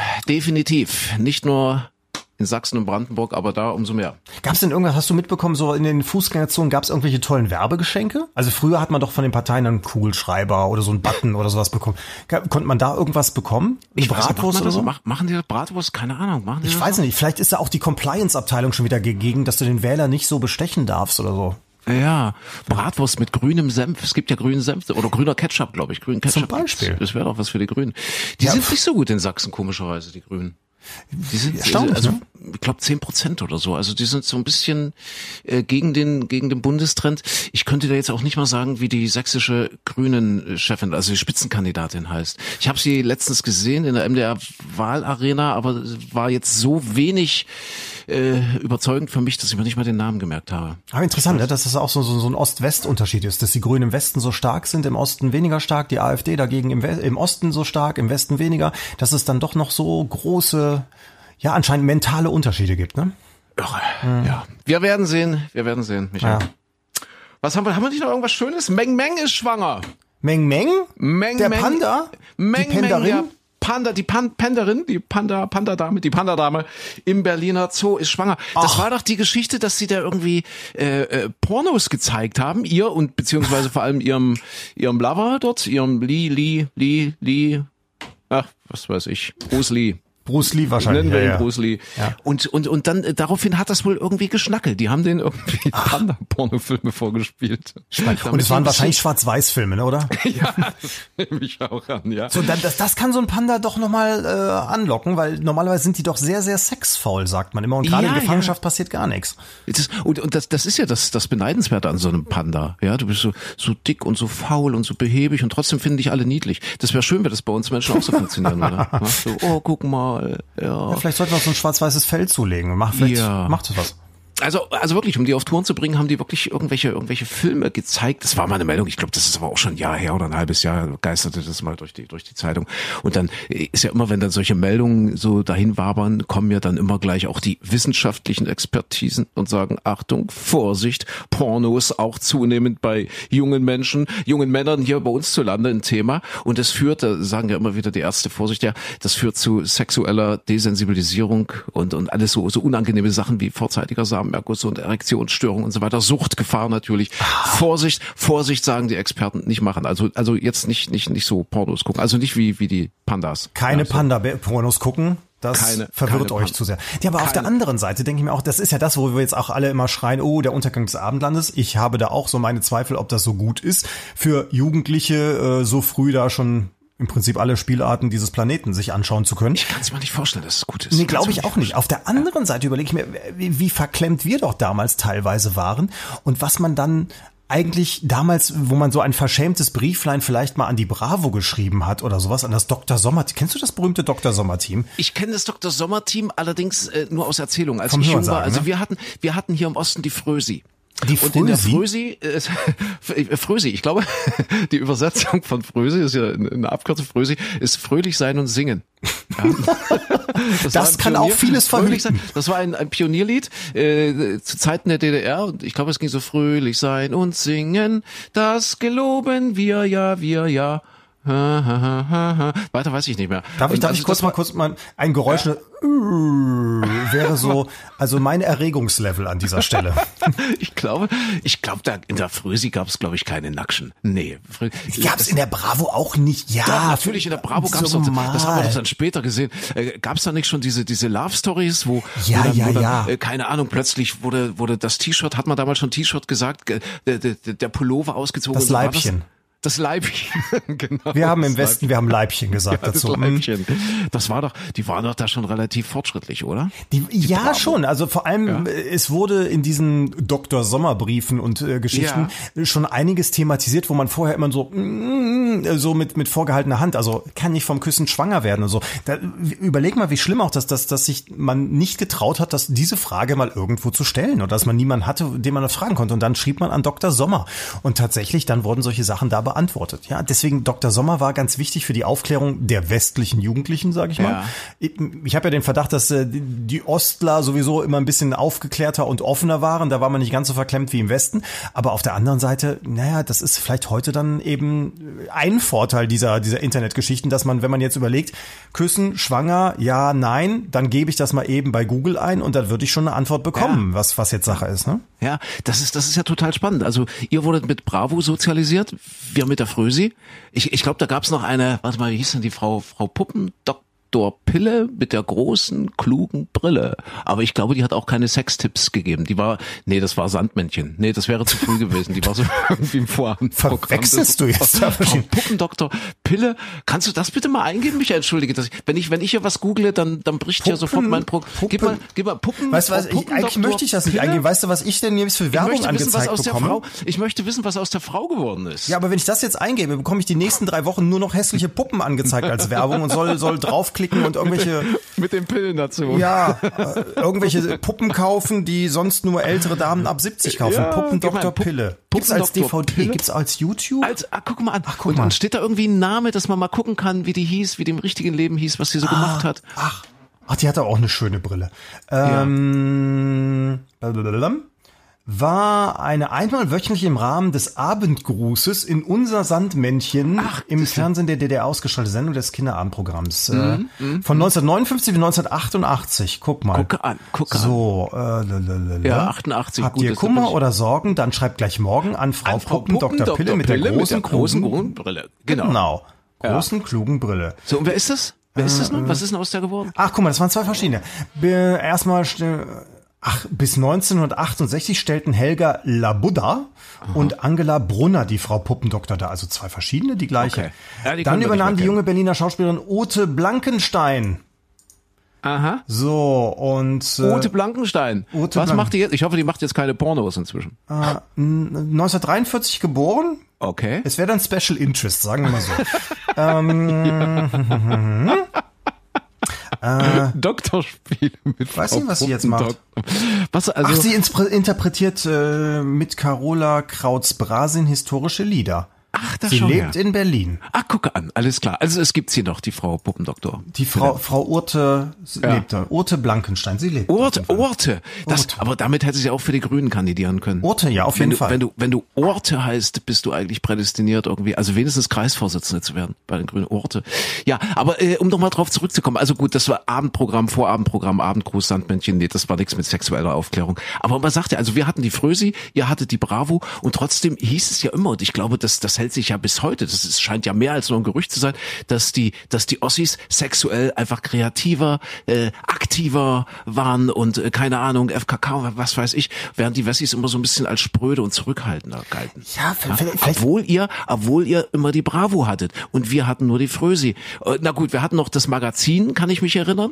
Definitiv. Nicht nur in Sachsen und Brandenburg, aber da umso mehr. Gab's denn irgendwas, hast du mitbekommen, so in den Fußgängerzonen gab's irgendwelche tollen Werbegeschenke? Also früher hat man doch von den Parteien einen Kugelschreiber oder so einen Button oder sowas bekommen. Gab- Konnte man da irgendwas bekommen? weiß nicht, macht man oder das? so? Mach- Machen die das Bratwurst? Keine Ahnung. Machen die Ich das weiß nicht, vielleicht ist da auch die Compliance-Abteilung schon wieder gegen, dass du den Wähler nicht so bestechen darfst oder so. Ja, Bratwurst mit grünem Senf. Es gibt ja grünen Senf oder grüner Ketchup, glaube ich. Grünen Ketchup. Zum Beispiel. gibt's. Das wäre doch was für die Grünen. Die Ja, sind pf. nicht so gut in Sachsen, komischerweise, die Grünen. Die sind Erstaunlich, also, ne? ich glaube 10 Prozent oder so. Also die sind so ein bisschen äh, gegen den gegen den Bundestrend. Ich könnte da jetzt auch nicht mal sagen, wie die sächsische Grünen-Chefin, also die Spitzenkandidatin heißt. Ich habe sie letztens gesehen in der MDR-Wahlarena, aber war jetzt so wenig äh, überzeugend für mich, dass ich mir nicht mal den Namen gemerkt habe. Aber interessant, ne, dass das auch so, so, so ein Ost-West-Unterschied ist, dass die Grünen im Westen so stark sind, im Osten weniger stark, die AfD dagegen im, We im Osten so stark, im Westen weniger, dass es dann doch noch so große, ja anscheinend mentale Unterschiede gibt. Ne? Irre. Ja. Wir werden sehen, wir werden sehen, Michael. Ja. Was haben wir? Haben wir nicht noch irgendwas Schönes? Meng Meng ist schwanger. Meng Meng? Meng Der Meng- Panda? Meng Die Pendarin? Meng, ja. Panda, die Pan Pandarin, die Panda, Panda-Dame, die Panda-Dame im Berliner Zoo ist schwanger. Das Ach. war doch die Geschichte, dass sie da irgendwie äh, äh, Pornos gezeigt haben, ihr und beziehungsweise vor allem ihrem ihrem Lover dort, ihrem Lee, Lee, Lee, Lee, ach, was weiß ich, Bruce Lee. Bruce Lee wahrscheinlich. Nennen wir ja, ihn ja. Bruce Lee. Ja. Und, und, und dann äh, daraufhin hat das wohl irgendwie geschnackelt. Die haben den irgendwie Panda-Pornofilme vorgespielt. Und es waren Damit- wahrscheinlich Schwarz-Weiß-Filme, ne, oder? *laughs* Ja, das nehme ich auch an, ja. So, dann, das, das kann so ein Panda doch nochmal äh, anlocken, weil normalerweise sind die doch sehr, sehr sexfaul, sagt man immer. Und gerade in Ja, Gefangenschaft passiert gar nichts. Das, und und das, das ist ja das, das Beneidenswerte an so einem Panda. Ja, du bist so, so dick und so faul und so behäbig und trotzdem finden dich alle niedlich. Das wäre schön, wenn das bei uns Menschen auch so funktionieren würde. *laughs* Ja, so, oh, guck mal. Ja. Vielleicht sollten wir uns so ein schwarz-weißes Fell zulegen. Macht vielleicht, Ja. macht das was. Also, also wirklich, um die auf Touren zu bringen, haben die wirklich irgendwelche, irgendwelche Filme gezeigt. Das war mal eine Meldung. Ich glaube, das ist aber auch schon ein Jahr her oder ein halbes Jahr. Geisterte das mal durch die, durch die Zeitung. Und dann äh, ist ja immer, wenn dann solche Meldungen so dahin wabern, kommen ja dann immer gleich auch die wissenschaftlichen Expertisen und sagen, Achtung, Vorsicht, Pornos auch zunehmend bei jungen Menschen, jungen Männern hier bei uns zu Lande ein Thema. Und das führt, da sagen ja immer wieder die Ärzte, Vorsicht, ja, das führt zu sexueller Desensibilisierung und, und alles so, so unangenehme Sachen wie vorzeitiger Samenerguss und Erektionsstörung und so weiter. Suchtgefahr natürlich. Vorsicht, Vorsicht, sagen die Experten, nicht machen. Also, also jetzt nicht, nicht, nicht so Pornos gucken. Also nicht wie, wie die Pandas. Keine ja, so. Panda-Pornos gucken. Das Keine- verwirrt keine euch Pan- zu sehr. Ja, aber auf der anderen Seite denke ich mir auch, das ist ja das, wo wir jetzt auch alle immer schreien, oh, der Untergang des Abendlandes. Ich habe da auch so meine Zweifel, ob das so gut ist. Für Jugendliche äh, so früh da schon im Prinzip alle Spielarten dieses Planeten sich anschauen zu können. Ich kann es mir nicht vorstellen, dass es gut ist. Also Nee, glaube ich auch nicht. Auf der anderen Seite überlege ich mir, wie, wie verklemmt wir doch damals teilweise waren und was man dann eigentlich damals, wo man so ein verschämtes Brieflein vielleicht mal an die Bravo geschrieben hat oder sowas, an das Dr. Sommer. Kennst du das berühmte Dr. Sommer-Team? Ich kenne das Dr. Sommer-Team allerdings äh, nur aus Erzählung. Als Vom ich jung war, Hörensagen, also ne? wir hatten, wir hatten hier im Osten die Frösi. Die Und in der Frösi? Frösi, äh, *laughs* F- Frösi, ich glaube, die Übersetzung von Frösi ist ja eine Abkürzung Frösi, ist fröhlich sein und singen. Ja. war *laughs* Das ein kann auch vieles Fröhlich sein. verhüten. Das war ein, ein Pionierlied äh, zu Zeiten der DDR und ich glaube, es ging so fröhlich sein und singen, das geloben wir ja, wir ja. Ha, ha, ha, ha, ha. Weiter weiß ich nicht mehr. Darf ich, Und darf also ich kurz das mal kurz mal ein Geräusch ne- wäre so, also mein Erregungslevel an dieser Stelle. *laughs* ich glaube, ich glaube, da in der Frösi gab es, glaube ich, keine Nackschen. Nee. Frö- Gab's in der Bravo auch nicht? Ja, Doch, natürlich in der Bravo gab es doch, das haben wir Zumal. doch dann später gesehen. Äh, gab es da nicht schon diese diese Love Stories, wo Ja, wo dann, ja, wo dann, ja. Äh, keine Ahnung, plötzlich wurde wurde das T-Shirt, hat man damals schon T-Shirt gesagt, ge- der, der, der Pullover ausgezogen. Das und so war Leibchen. Das, das Leibchen, *laughs* genau. Wir haben im das Westen, wir haben Leibchen gesagt Leibchen. Das dazu. Hm. Leibchen. Das war doch, die waren doch da schon relativ fortschrittlich, oder? Die, ja, schon. Also vor allem, äh, es wurde in diesen Dr. Sommer-Briefen und äh, Geschichten schon einiges thematisiert, wo man vorher immer so, mm, äh, so mit, mit vorgehaltener Hand, also kann nicht vom Küssen schwanger werden und so. Da, w- überleg mal, wie schlimm auch das, dass, dass sich man nicht getraut hat, dass diese Frage mal irgendwo zu stellen oder dass man niemanden hatte, den man das fragen konnte. Und dann schrieb man an Dr. Sommer. Und tatsächlich, dann wurden solche Sachen da beantwortet. Ja, deswegen Dr. Sommer war ganz wichtig für die Aufklärung der westlichen Jugendlichen, sage ich mal. Ja. Ich, ich habe ja den Verdacht, dass äh, die- die Ostler sowieso immer ein bisschen aufgeklärter und offener waren. Da war man nicht ganz so verklemmt wie im Westen. Aber auf der anderen Seite, naja, das ist vielleicht heute dann eben ein Vorteil dieser, dieser Internetgeschichten, dass man, wenn man jetzt überlegt, küssen, schwanger, ja, nein, dann gebe ich das mal eben bei Google ein und dann würde ich schon eine Antwort bekommen, was, was jetzt Sache ist. Ne? Ja, das ist, das ist ja total spannend. Also ihr wurdet mit Bravo sozialisiert, wir mit der Frösi. Ich, ich glaube, da gab's noch eine, warte mal, wie hieß denn die Frau, Frau Puppen, Doktor Pille mit der großen, klugen Brille. Aber ich glaube, die hat auch keine Sextipps gegeben. Die war, nee, das war Sandmännchen. Nee, das wäre zu früh gewesen. Die war so *laughs* irgendwie im Vorabendprogramm. Verwechselst du jetzt Frau da verschiedene- Puppendoktor Pille. Kannst du das bitte mal eingeben? Ich entschuldige, dass ich, wenn ich, wenn ich hier was google, dann, dann bricht ja sofort Puppen- mein Pro. Gib mal, Puppen- gib mal Puppen. Weißt du was, Frau ich, eigentlich Puppendoktor möchte ich das nicht Pille? eingehen. Weißt du, was ich denn jetzt für Ich Werbung möchte wissen, was angezeigt aus der bekomme? Frau, ich möchte wissen, was aus der Frau geworden ist. Ja, aber wenn ich das jetzt eingebe, bekomme ich die nächsten drei Wochen nur noch hässliche Puppen angezeigt als Werbung und soll, soll draufklicken und irgendwelche, *laughs* Mit den Pillen dazu. ja, äh, irgendwelche Puppen kaufen, die sonst nur ältere Damen ab 70 kaufen. Ja, Puppen gib mal, Dr. Pup- Pille. Puppen Gibt's als Dr. DVD? Pille? Gibt's als YouTube? Als, ah, guck mal an. Ach, guck und mal. dann steht da irgendwie ein Name, dass man mal gucken kann, wie die hieß, wie die im richtigen Leben hieß, was sie Ah, so gemacht hat. Ach, ach, die hat aber auch eine schöne Brille. Ähm, blablabla. war eine einmal wöchentlich im Rahmen des Abendgrußes in unser Sandmännchen Ach, im das ist- Fernsehen der DDR ausgestrahlte Sendung des Kinderabendprogramms Mhm, äh, von 1959 bis 1988. Guck mal. Gucke an, gucke an. So, äh, lalalala. ah, Ja, 88, Habt gut, ihr das hat man Kummer sich- oder Sorgen, dann schreibt gleich morgen an Frau, An Frau Puppen, Dr. Pille, mit der großen, großen, klugen- großen Brille. Genau. Genau. Großen, klugen Brille. So, und wer ist das? Wer ist das Äh, nun? Was ist denn aus der geworden? Ach, guck mal, das waren zwei verschiedene. Be- Erstmal, st- ach, bis 1968 stellten Helga Labudda und Angela Brunner die Frau Puppendoktor dar. Also zwei verschiedene, die gleiche. Okay. Ja, die können Dann wir übernahm nicht die mehr junge Berliner Schauspielerin Ote Blankenstein. Aha. So, und äh, Ute Blankenstein. Ute Was Blank- macht die jetzt? Ich hoffe, die macht jetzt keine Pornos inzwischen. 1943 geboren. Okay. Es wäre dann Special Interest, sagen wir *laughs* mal so. *laughs* Doktorspiele mit Äh. Weiß Frau nicht, was sie jetzt macht. Puppendok- Was, also, Ach, sie inspr- interpretiert äh, mit Carola Krautz-Brasin historische Lieder. Ach, da Sie schon lebt her. in Berlin. Ah, gucke an, alles klar. Also es gibt's hier noch, die Frau Puppendoktor. Die Frau, Frau Urte sie Ja. lebt da. Urte Blankenstein, sie lebt. Orte, Orte. Das, Orte. Aber damit hätte sie auch für die Grünen kandidieren können. Orte, ja, auf wenn jeden du, Fall. Wenn du, wenn du Orte heißt, bist du eigentlich prädestiniert irgendwie, also wenigstens Kreisvorsitzende zu werden bei den Grünen Orte. Ja, aber äh, um nochmal drauf zurückzukommen, also gut, das war Abendprogramm, Vorabendprogramm, Abendgruß, Sandmännchen, nee, das war nichts mit sexueller Aufklärung. Aber man sagt ja, also wir hatten die Frösi, ihr hattet die Bravo und trotzdem hieß es ja immer, und ich glaube, das, das hält sich ja bis heute, das ist, scheint ja mehr als nur ein Gerücht zu sein, dass die, dass die Ossis sexuell einfach kreativer, äh, aktiver waren und äh, keine Ahnung, FKK, was weiß ich, während die Wessis immer so ein bisschen als spröde und zurückhaltender galten. Ja, vielleicht- vielleicht- obwohl ihr, obwohl ihr immer die Bravo hattet und wir hatten nur die Frösi. Äh, Na gut, wir hatten noch das Magazin, kann ich mich erinnern.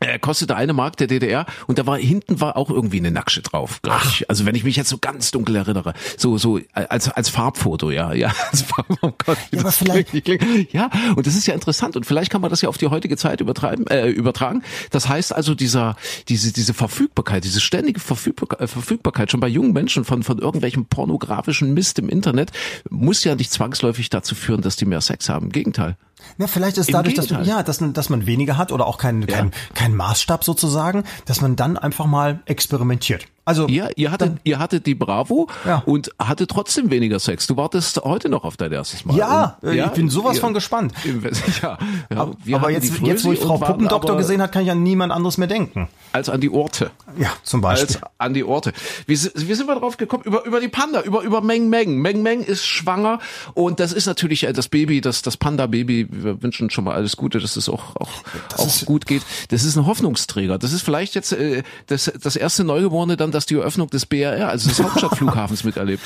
Äh, kostete eine Mark der DDR und da war hinten war auch irgendwie eine Nacksche drauf, glaub ich. Also wenn ich mich jetzt so ganz dunkel erinnere, so so äh, als als Farbfoto, ja, ja. *laughs* Als Farb, oh Gott, wie Ja, aber das vielleicht- klingt, klingt. ja, und das ist ja interessant und vielleicht kann man das ja auf die heutige Zeit übertreiben, äh, übertragen. Das heißt also dieser diese diese Verfügbarkeit, diese ständige Verfügbar äh, Verfügbarkeit schon bei jungen Menschen von von irgendwelchem pornografischen Mist im Internet muss ja nicht zwangsläufig dazu führen, dass die mehr Sex haben. Im Gegenteil. Na, ne, vielleicht ist Im dadurch, dass, Gegenteil. ja, dass, dass man weniger hat oder auch keinen keinen keinen Maßstab sozusagen, dass man dann einfach mal experimentiert. Also Ihr, ihr, hattet, ihr hattet die Bravo Ja. und hatte trotzdem weniger Sex. Du wartest heute noch auf dein erstes Mal. Ja, und, äh, ich bin sowas ihr- von gespannt. im Wes- *laughs* Ja, ja, wir aber hatten jetzt, die jetzt, wo ich Frösi Frau und waren Puppendoktor aber gesehen hat, kann ich an niemand anderes mehr denken. Als an die Orte. Ja, zum Beispiel. Als *laughs* an die Orte. Wie, si- wie sind wir drauf gekommen? Über, über die Panda, über, über Meng Meng. Meng Meng ist schwanger und das ist natürlich äh, das Baby, das, das Panda-Baby. Wir wünschen schon mal alles Gute, dass es auch, auch, auch gut geht. Das ist ein Hoffnungsträger. Das ist vielleicht jetzt äh, das, das erste Neugeborene dann, das die Eröffnung des BRR, also des Hauptstadtflughafens, miterlebt.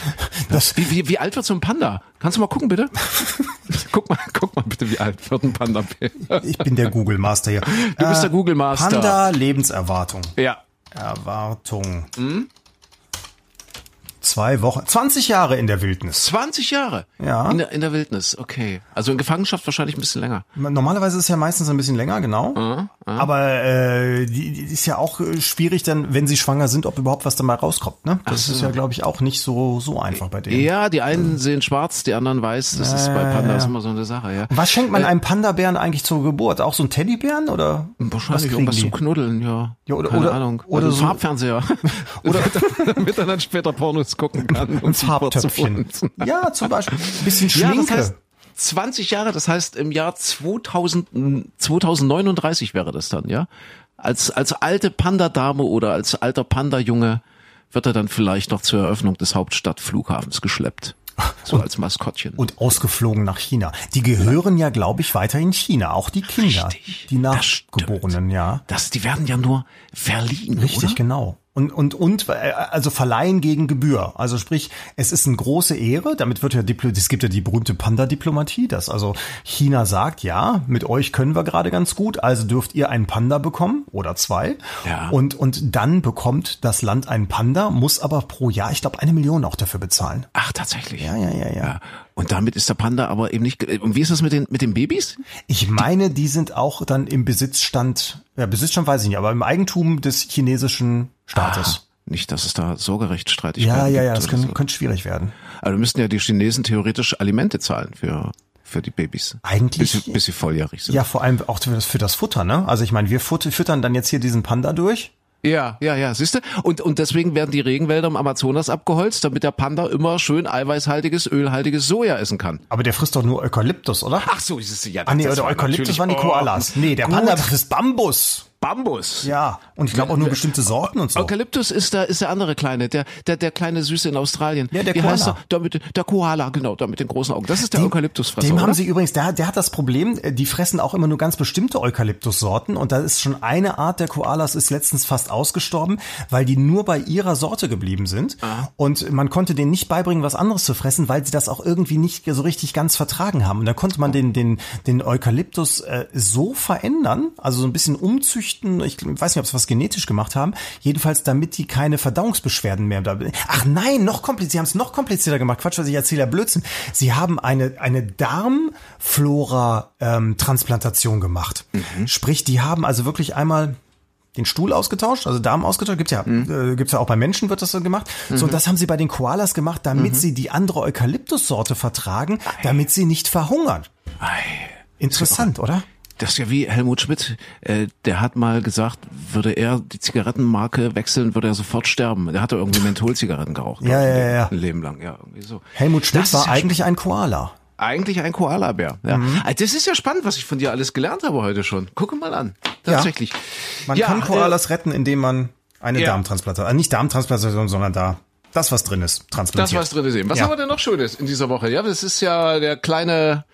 Das- wie, wie, wie alt wird so ein Panda? Kannst du mal gucken, bitte? guck, mal, guck mal bitte, wie alt wird ein Panda. ich bin der Google Master *laughs* hier. Äh, Du bist der Google Master. Panda Lebenserwartung. Ja. Erwartung. Hm? Zwei Wochen. 20 Jahre in der Wildnis. 20 Jahre Ja. in, der, in der Wildnis, okay. Also in Gefangenschaft wahrscheinlich ein bisschen länger. Normalerweise ist es ja meistens ein bisschen länger, genau. Mhm, Aber äh, die, die ist ja auch äh, schwierig, dann, wenn sie schwanger sind, ob überhaupt was dabei rauskommt. Ne? Das ist ja, glaube ich, auch nicht so so einfach bei denen. Ja, die einen sehen schwarz, die anderen weiß. Das ist bei Pandas immer so eine Sache, ja. Was schenkt man einem Panda-Bären eigentlich zur Geburt? Auch so einen Teddybären oder? was Wahrscheinlich kriegen irgendwas die? zum Knuddeln, ja. Ja, oder- Keine oder- Ahnung. oder ein so- *laughs* Farbfernseher. *laughs* Oder damit er dann später Pornos gucken kann. Um Ein Farbtöpfchen. *laughs* Ja, zum Beispiel. Ein bisschen Ja, Schminke. das heißt 20 Jahre, das heißt im Jahr 2000, 2039 wäre das dann, ja? Als, als alte Panda-Dame oder als alter Panda-Junge wird er dann vielleicht noch zur Eröffnung des Hauptstadtflughafens *laughs* geschleppt. So als Maskottchen. und ausgeflogen nach China. Die gehören ja, glaube ich, weiterhin China. Auch die Kinder. Richtig. Die Das stimmt. Nachgeborenen, ja. das, die werden ja nur verliehen, Richtig, oder? genau. Und, und, und, äh, also verleihen gegen Gebühr. Also sprich, es ist eine große Ehre. Damit wird ja, Diplo es gibt ja die berühmte Panda-Diplomatie, dass also China sagt, ja, mit euch können wir gerade ganz gut, also dürft ihr einen Panda bekommen oder zwei. Ja. Und, und dann bekommt das Land einen Panda, muss aber pro Jahr, ich glaube, eine Million auch dafür bezahlen. Ach, tatsächlich. Ja, ja, ja, ja. Ja. Und damit ist der Panda aber eben nicht. ge- Und wie ist das mit den, mit den Babys? Ich meine, die sind auch dann im Besitzstand, ja, Besitzstand weiß ich nicht, aber im Eigentum des chinesischen Staates. Nicht, dass es da Sorgerechtsstreitigkeiten Ja, ja, ja, gibt. das Ah, oder kann, könnte schwierig werden. Also müssten ja die Chinesen theoretisch Alimente zahlen für, für die Babys. Eigentlich- Bis, sie- bis sie volljährig sind. Ja, vor allem auch für das, für das Futter, ne? Also ich meine, wir fut- füttern dann jetzt hier diesen Panda durch. Ja, ja, ja, siehste. Und, und deswegen werden die Regenwälder im Amazonas abgeholzt, damit der Panda immer schön eiweißhaltiges, ölhaltiges Soja essen kann. Aber der frisst doch nur Eukalyptus, oder? Ach so, ist es ja. Ah, nee, das der war Eukalyptus natürlich- waren die oh, Koalas. Nee, der gut. äh, Panda frisst Bambus. Bambus. Ja, und ich glaube auch nur bestimmte Sorten und so. Eukalyptus ist der, ist der andere kleine, der, der, der kleine Süße in Australien. Ja, der Wie Koala. heißt er? Der, mit, der Koala, genau, der mit den großen Augen. Das ist der Eukalyptusfresser. Dem haben oder? sie übrigens, der, der hat das Problem, äh, die fressen auch immer nur ganz bestimmte Eukalyptussorten und da ist schon eine Art der Koalas ist letztens fast ausgestorben, weil die nur bei ihrer Sorte geblieben sind Ah. und man konnte denen nicht beibringen, was anderes zu fressen, weil sie das auch irgendwie nicht so richtig ganz vertragen haben. Und da konnte man den, den, den Eukalyptus äh, so verändern, also so ein bisschen umzüchten, ich weiß nicht, ob sie was genetisch gemacht haben, jedenfalls damit die keine Verdauungsbeschwerden mehr haben. Ach nein, noch komplizierter, sie haben es noch komplizierter gemacht. Quatsch, was ich erzähle, ja Blödsinn. Sie haben eine, eine Darmflora-Transplantation gemacht. Sprich, die haben also wirklich einmal den Stuhl ausgetauscht, also Darm ausgetauscht, gibt's ja, äh, gibt's ja auch bei Menschen wird das so gemacht. So, und das haben sie bei den Koalas gemacht, damit sie die andere Eukalyptussorte vertragen, damit sie nicht verhungern. Ei, Interessant, oder? Das ist ja wie Helmut Schmidt, äh, der hat mal gesagt, würde er die Zigarettenmarke wechseln, würde er sofort sterben. Der hatte irgendwie Mentholzigaretten geraucht. glaub Ja, ich, ja, ein ja, ja. Leben- Ein Leben lang, ja, irgendwie so. Helmut Das Schmidt ist war ja eigentlich Mhm. ein Koala. eigentlich ein Koalabär. Ja. Ah, Das ist ja spannend, was ich von dir alles gelernt habe heute schon. Gucke mal an. Tatsächlich. Man Ja, äh, kann Koalas retten, indem man eine ja. Darmtransplantation, also nicht Darmtransplantation, sondern da das, was drin ist, Das transplantiert. war's drin sehen. Was Ja. haben wir denn noch Schönes in dieser Woche? Ja, das ist ja der kleine,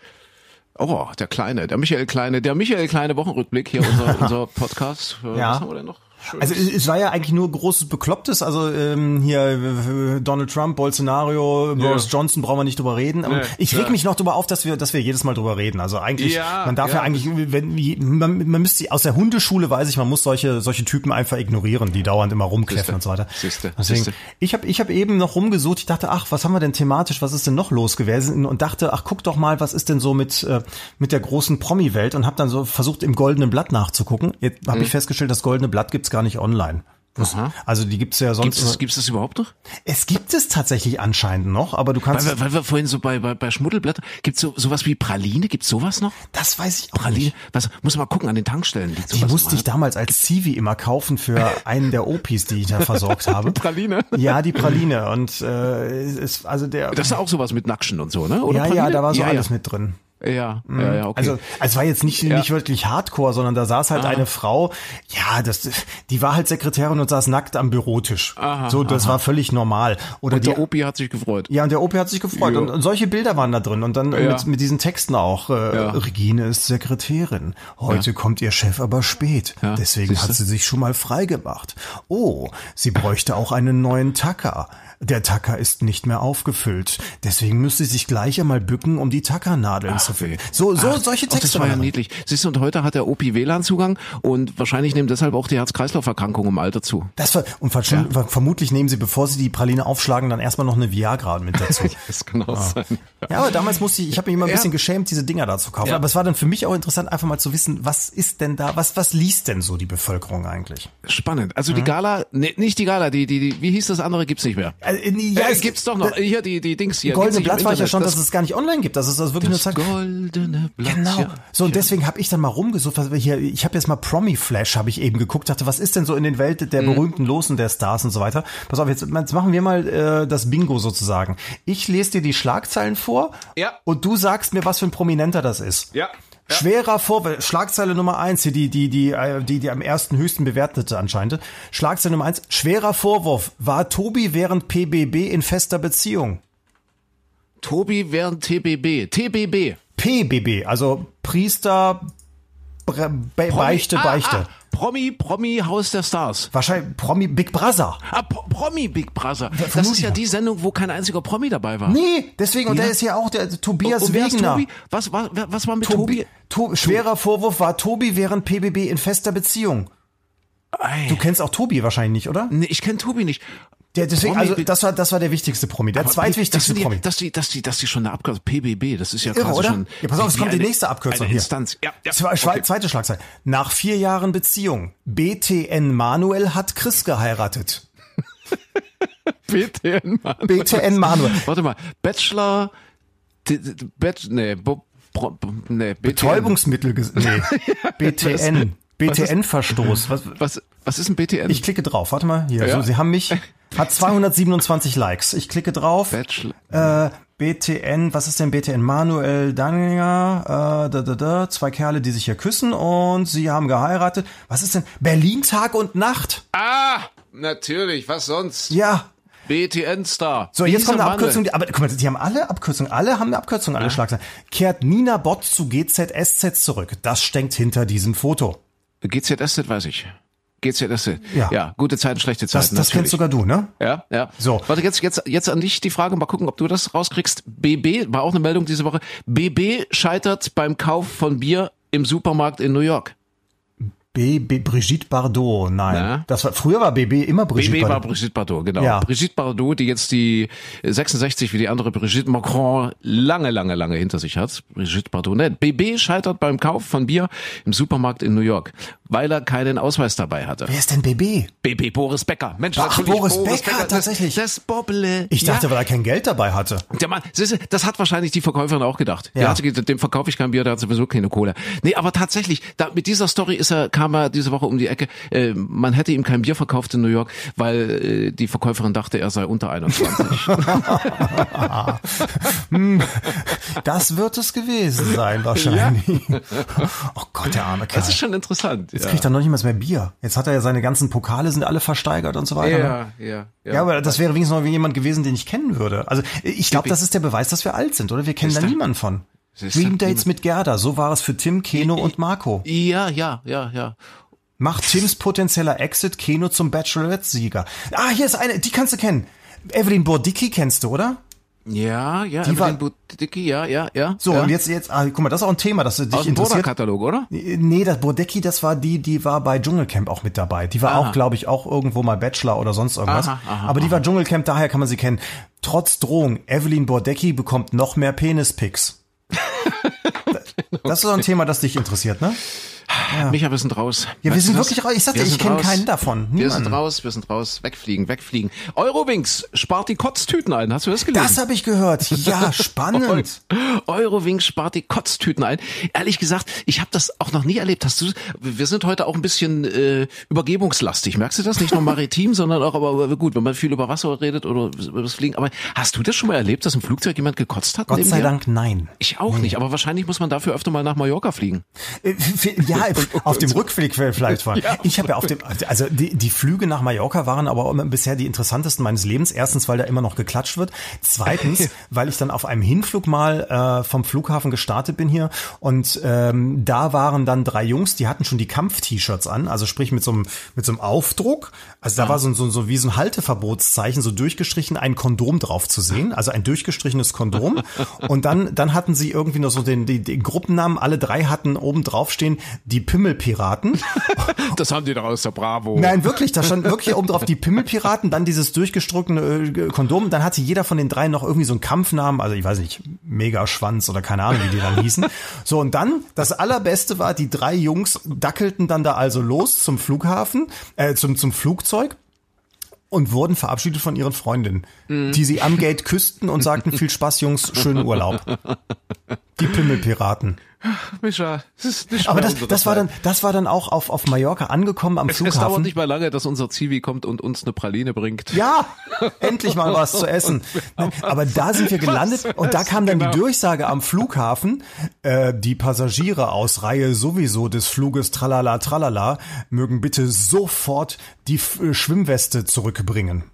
oh, der kleine, der Michael Kleine, der Michael Kleine Wochenrückblick hier, *laughs* unser, unser Podcast. Äh, Ja. Was haben wir denn noch? Schönes? Also es es war ja eigentlich nur großes Beklopptes, also ähm, hier äh, Donald Trump, Bolsonaro, Boris Johnson, brauchen wir nicht drüber reden. Und Nee, ich reg ja. mich noch drüber auf, dass wir, dass wir jedes Mal drüber reden. Also eigentlich, Ja, man darf ja, ja. eigentlich, wenn man, man müsste aus der Hundeschule weiß ich, man muss solche solche Typen einfach ignorieren, die dauernd immer rumkläffen Siehste, und so weiter. siehste, Deswegen, siehste. ich habe ich hab eben noch rumgesucht, ich dachte, ach, was haben wir denn thematisch, was ist denn noch los gewesen? Und dachte, ach, guck doch mal, was ist denn so mit, äh, mit der großen Promi-Welt? Und habe dann so versucht, im Goldenen Blatt nachzugucken. Jetzt Mhm. habe ich festgestellt, das Goldene Blatt gibt's gar nicht online. Das, also die gibt's ja sonst. Gibt's das, gibt's das überhaupt noch? es gibt es tatsächlich anscheinend noch, aber du kannst. Weil wir, weil wir vorhin so bei, bei, bei Schmuddelblätter, gibt's so, sowas wie Praline? Gibt's sowas noch? das weiß ich auch Praline? nicht. Was, muss man gucken an den Tankstellen. liegt Die sowas musste mal. ich damals als Zivi immer *laughs* kaufen für einen der Opis, die ich da versorgt habe. Praline? Ja, die Praline. Und äh, es, also der. Das ist auch sowas mit Nackschen und so, ne? Oder ja, ja, Praline? da war so ja, alles ja. mit drin. Ja, ja, ja, okay. Also, es war jetzt nicht, nicht wirklich Hardcore, sondern da saß halt eine Frau, ja, das, die war halt Sekretärin und saß nackt am Bürotisch. so, das war völlig normal. Oder der die, Opi hat sich gefreut. ja, und der Opi hat sich gefreut. Ja. Und, und solche Bilder waren da drin. Und dann Ja. mit, mit diesen Texten auch. Äh, Ja. Regine ist Sekretärin. Heute kommt ihr Chef aber spät. Ja, Deswegen hat siehste. sie sich schon mal freigemacht. Oh, sie bräuchte auch einen neuen Tacker. Der Tacker ist nicht mehr aufgefüllt. Deswegen müsste sie sich gleich einmal bücken, um die Tackernadeln zu füllen. So, so solche Ach, Texte das war ja waren da drin. niedlich. Siehst du, und heute hat der Opi WLAN-Zugang und wahrscheinlich nehmen deshalb auch die Herz-Kreislauf-Erkrankungen im Alter zu. Das war, und versch- vermutlich nehmen sie, bevor sie die Praline aufschlagen, dann erstmal noch eine Viagra mit *laughs* dazu. Das kann Ah. auch sein. Ja, aber damals musste ich, ich habe mich immer ein Ja. bisschen geschämt, diese Dinger da zu kaufen. Ja. Aber es war dann für mich auch interessant, einfach mal zu wissen, was ist denn da, was, was liest denn so die Bevölkerung eigentlich? Spannend. Also die Mhm. Gala, ne, nicht die Gala, die, die, die, wie hieß das andere, gibt's nicht mehr. Also, äh, nee, Ja, ja, es gibt's doch noch. Hier, die, die Dings hier. gibt's Goldene nicht im Blatt war ich ja Internet. schon, dass das es gar nicht online gibt. Das ist also wirklich das nur Zeit. goldene Blatt. Genau. Ja. So, und deswegen habe ich dann mal rumgesucht, was wir hier, ich habe jetzt mal Promi Flash habe ich eben geguckt, dachte, was ist denn so in den Welt der Mhm. berühmten Losen der Stars und so weiter. Pass auf, jetzt, jetzt machen wir mal äh, das Bingo sozusagen. Ich lese dir die Schlagzeilen vor Ja. und du sagst mir, was für ein Prominenter das ist. Ja. Ja. Schwerer Vorwurf, Schlagzeile Nummer eins, hier die, die, die, äh, die, die am ersten höchsten bewertete anscheinend. Schlagzeile Nummer eins, schwerer Vorwurf, war Tobi während PBB in fester Beziehung? Tobi während TBB. TBB. PBB, also Priester, Bre Be Beichte, Ah, Beichte. Ah, Promi, Promi, Haus der Stars. Wahrscheinlich Promi Big Brother. Ah, Pro- Promi Big Brother. Das vermutlich ist ja ja. die Sendung, wo kein einziger Promi dabei war. Nee, deswegen, und der ist ja auch der also Tobias Und wer ist Wegener. Tobi? Was, was, was war mit Tobi, Tobi? to schwerer Vorwurf war Tobi während PBB in fester Beziehung. Ei. Du kennst auch Tobi wahrscheinlich nicht, oder? Nee, ich kenne Tobi nicht. Der, deswegen, Promi- also das war, das war der wichtigste Promi, der das zweitwichtigste sind die, Promi. Dass die, dass die, dass die schon eine Abkürzung, PBB, das ist ja Irre, quasi oder? schon. ja, pass auf, es wie kommt die eine- nächste Abkürzung eine hier. Instanz. Ja, ja. Zwe- Schwe- Zweite Schlagzeile. Nach vier Jahren Beziehung. BTN Manuel hat Chris geheiratet. BTN, Mann. BTN Manuel. Warte mal, Bachelor, d, d, Bad, nee, Bo, Pro, Bo- nee, BTN. *laughs* Betäubungsmittel. ges- Nee. BTN. was ist- BTN-Verstoß. Was, Was, Was ist ein BTN? Ich klicke drauf, warte mal. Hier, Ja. so, sie *laughs* haben mich. Hat 227 Likes. Ich klicke drauf. Bachelor. Äh, BTN, was ist denn BTN? Manuel Danninger, äh, da, da, da, zwei Kerle, die sich hier küssen und sie haben geheiratet. Was ist denn? Berlin Tag und Nacht? Ah, natürlich, was sonst? Ja. BTN-Star. So, jetzt kommt eine Abkürzung, die, aber guck mal, die haben alle Abkürzungen, alle haben eine Abkürzung, alle Schlagzeilen. Kehrt Nina Bott zu GZSZ zurück. Das steckt hinter diesem Foto. GZSZ weiß ich. GZSZ. Ja. ja, gute Zeiten, schlechte Zeiten. Das, das kennst natürlich. sogar du, ne? Ja, ja. So. Warte, jetzt, jetzt, jetzt an dich die Frage, mal gucken, ob du das rauskriegst. BB, war auch eine Meldung diese Woche. BB scheitert beim Kauf von Bier im Supermarkt in New York. B, B, Brigitte Bardot, nein. Na? Das war, früher war BB immer Brigitte BB war Bardot. Brigitte Bardot, genau. Ja. Brigitte Bardot, die jetzt die 66 wie die andere Brigitte Macron lange, lange, lange hinter sich hat. Brigitte Bardot nennt. BB scheitert beim Kauf von Bier im Supermarkt in New York, weil er keinen Ausweis dabei hatte. Wer ist denn BB? BB Boris Becker. Mensch, Ach, natürlich Boris Becker, das- tatsächlich. Das Bobble. Ich dachte, weil er kein Geld *laughs* dabei hatte. Der Mann, siehst du, das hat wahrscheinlich die Verkäuferin auch gedacht. Die Ja. hat gesagt, dem verkaufe ich kein Bier, der hat sowieso keine Cola. Nee, aber tatsächlich, da, mit dieser Story ist er, kam er diese Woche um die Ecke. Äh, man hätte ihm kein Bier verkauft in New York, weil äh, die Verkäuferin dachte, er sei unter 21. *laughs* Hm. Das wird es gewesen sein, wahrscheinlich. *laughs* Oh Gott, der arme Kerl. das ist schon interessant. Ja. Jetzt kriegt er noch nicht mal mehr Bier. Jetzt hat er ja seine ganzen Pokale, sind alle versteigert und so weiter. ne? ja, ja, ja. Ja, aber das wäre wenigstens noch jemand gewesen, den ich kennen würde. Also ich glaube, das ist der Beweis, dass wir alt sind, oder? Wir kennen da da- niemanden von. ist Dream da Dates mit Gerda, so war es für Tim, Keno und Marco. ja, ja, ja, ja. Macht Tims potenzieller Exit Keno zum Bachelorette-Sieger. Ah, hier ist eine, die kannst du kennen. Evelyn Bordicki kennst du, oder? Ja, ja, war- Evelyn Budicki, ja, ja, ja. So, ja. und jetzt, jetzt, ah, guck mal, das ist auch ein Thema, das dich Aus dem interessiert. Bruder-Katalog, oder? Nee, das Bodecki, das war die, die war bei Dschungelcamp auch mit dabei. Die war auch, glaube ich, auch irgendwo mal Bachelor oder sonst irgendwas. Aha, aha, Aber die war Dschungelcamp, daher kann man sie kennen. Trotz Drohung, Evelyn Bodecki bekommt noch mehr Penispics. Das ist doch ein Thema, das dich interessiert, ne? Micha, wir sind raus. wir Weißt du sind das? wirklich raus. Ich sag dir, Wir ich sind kenn raus. keinen davon. Wir Niemanden. sind raus, wir sind raus. Wegfliegen, wegfliegen. Eurowings spart die Kotztüten ein. Hast du das gelesen? Das habe ich gehört. *laughs* Ja, spannend. Eurowings spart die Kotztüten ein. Ehrlich gesagt, ich habe das auch noch nie erlebt. Hast du? Wir sind heute auch ein bisschen äh, übergebungslastig. Merkst du das? Nicht nur maritim, *laughs* sondern auch aber aber gut, wenn man viel über Wasser redet oder über das Fliegen. Aber hast du das schon mal erlebt, dass im Flugzeug jemand gekotzt hat? Gott neben sei dir? Dank, nein. Ich auch nicht, aber wahrscheinlich muss man dafür öfter mal nach Mallorca fliegen. Äh, *laughs* Ja, auf dem Rückweg vielleicht war. Ich habe *laughs* ja auf dem, also die, die Flüge nach Mallorca waren aber immer bisher die interessantesten meines Lebens. Erstens, weil da immer noch geklatscht wird. Zweitens, weil ich dann auf einem Hinflug mal äh, vom Flughafen gestartet bin hier und ähm, da waren dann drei Jungs, die hatten schon die Kampf-T-Shirts an, also sprich mit so einem mit so einem Aufdruck. Also da war so, ein- so, ein- so wie so ein Halteverbotszeichen, so durchgestrichen, ein Kondom drauf zu sehen, also ein durchgestrichenes Kondom. Und dann, dann hatten sie irgendwie noch so den, den, den Gruppennamen, alle drei hatten oben drauf stehen, die Pimmelpiraten. Das haben die doch aus der Bravo. Nein, wirklich, da stand wirklich oben drauf die Pimmelpiraten, dann dieses durchgestruckene äh, Kondom, dann hatte jeder von den dreien noch irgendwie so einen Kampfnamen, also ich weiß nicht, Megaschwanz oder keine Ahnung, wie die dann hießen. So, und dann, das allerbeste war, die drei Jungs dackelten dann da also los zum Flughafen, äh, zum, zum Flugzeug und wurden verabschiedet von ihren Freundinnen, die sie am Gate küssten und sagten, viel Spaß, Jungs, schönen Urlaub. Die Pimmelpiraten. Micha, das ist nicht Aber mehr das, unsere das war Zeit. dann, das war dann auch auf, auf Mallorca angekommen am Es dauert Flughafen. nicht mehr lange, dass unser Zivi kommt und uns eine Praline bringt. Ja, endlich mal was zu essen. Nein, Aber da sind wir gelandet und da kam dann die Durchsage am Flughafen, äh, die Passagiere aus Reihe sowieso des Fluges Tralala Tralala mögen bitte sofort die F- äh, Schwimmweste zurückbringen.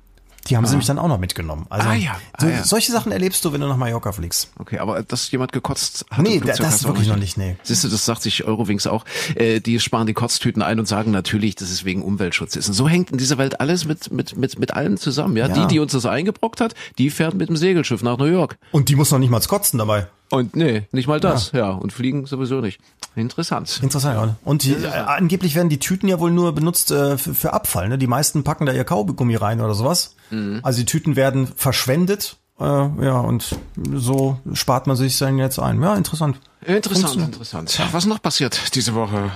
Die haben sie mich dann auch noch mitgenommen. Also Ah ja, ah so, ja. solche Sachen erlebst du, wenn du nach Mallorca fliegst. Okay, aber dass jemand gekotzt hat. Nee, im Flugzeug, da- das hast du wirklich auch noch nicht, nee. Siehst du, das sagt sich Eurowings auch. Äh, die sparen die Kotztüten ein und sagen natürlich, dass es wegen Umweltschutz ist. Und so hängt in dieser Welt alles mit, mit, mit, mit allem zusammen. Ja? Ja. Die, die uns das eingebrockt hat, die fährt mit dem Segelschiff nach New York. Und die muss noch nicht mal kotzen dabei. Und nee, nicht mal das. Ja, und fliegen sowieso nicht. Interessant. Interessant, oder? Und die, äh, angeblich werden die Tüten ja wohl nur benutzt äh, für, für Abfall. Ne? Die meisten packen da ihr Kaugummi rein oder sowas. Mhm. Also die Tüten werden verschwendet. Äh, ja, und so spart man sich dann jetzt ein. Ja, interessant. Interessant, interessant. Was noch passiert diese Woche?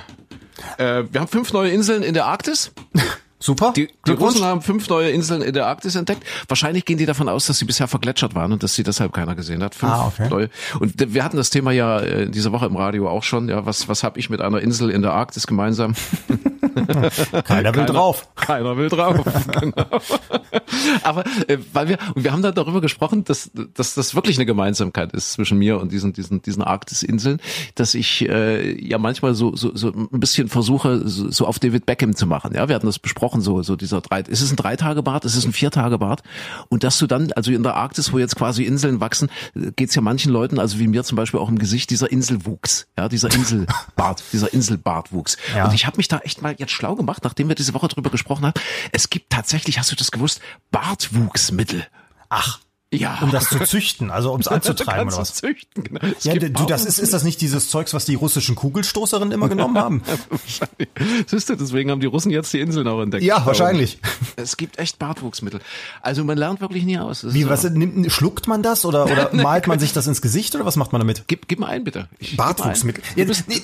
Äh, wir haben fünf neue Inseln in der Arktis. Super. Die, die Glückwunsch. Russen haben fünf neue Inseln in der Arktis entdeckt. Wahrscheinlich gehen die davon aus, dass sie bisher vergletschert waren und dass sie deshalb keiner gesehen hat. Fünf Ah, okay. neue. Und d- wir hatten das Thema ja äh, diese Woche im Radio auch schon. Ja, was was habe ich mit einer Insel in der Arktis gemeinsam? Keiner will drauf. Keiner will drauf. *laughs* genau. Aber äh, weil wir und wir haben da darüber gesprochen, dass, dass das wirklich eine Gemeinsamkeit ist zwischen mir und diesen diesen diesen Arktisinseln, dass ich äh, ja manchmal so, so so ein bisschen versuche so, so auf David Beckham zu machen. Ja, wir hatten das besprochen so so dieser drei. Ist es ein Dreitagebad? Ist es ein Viertagebad? Und dass du dann also in der Arktis, wo jetzt quasi Inseln wachsen, geht's ja manchen Leuten, also wie mir zum Beispiel auch im Gesicht dieser Inselwuchs, ja dieser *laughs* Inselbart, dieser Inselbartwuchs. Ja. Und ich habe mich da echt mal jetzt schlau gemacht, nachdem wir diese Woche drüber gesprochen haben. Es gibt tatsächlich, hast du das gewusst, Bartwuchsmittel. Ach, Ja. *laughs* um das zu züchten, also um es anzutreiben Kannst oder du was? Züchten, genau. Es Ja, gibt du, das ist, ist das nicht dieses Zeugs, was die russischen Kugelstoßerinnen immer genommen *laughs* haben? Wahrscheinlich. *laughs* Siehst du, deswegen haben die Russen jetzt die Inseln auch entdeckt. Ja, wahrscheinlich. Es gibt echt Bartwuchsmittel. Also man lernt wirklich nie aus. Es Wie, ist, was, äh, nimmt, schluckt man das oder, *laughs* oder malt man sich das ins Gesicht oder was macht man damit? Gib, gib mal ein, bitte. Ich- gib mal ein. Bartwuchsmittel. Ja, nee, nee,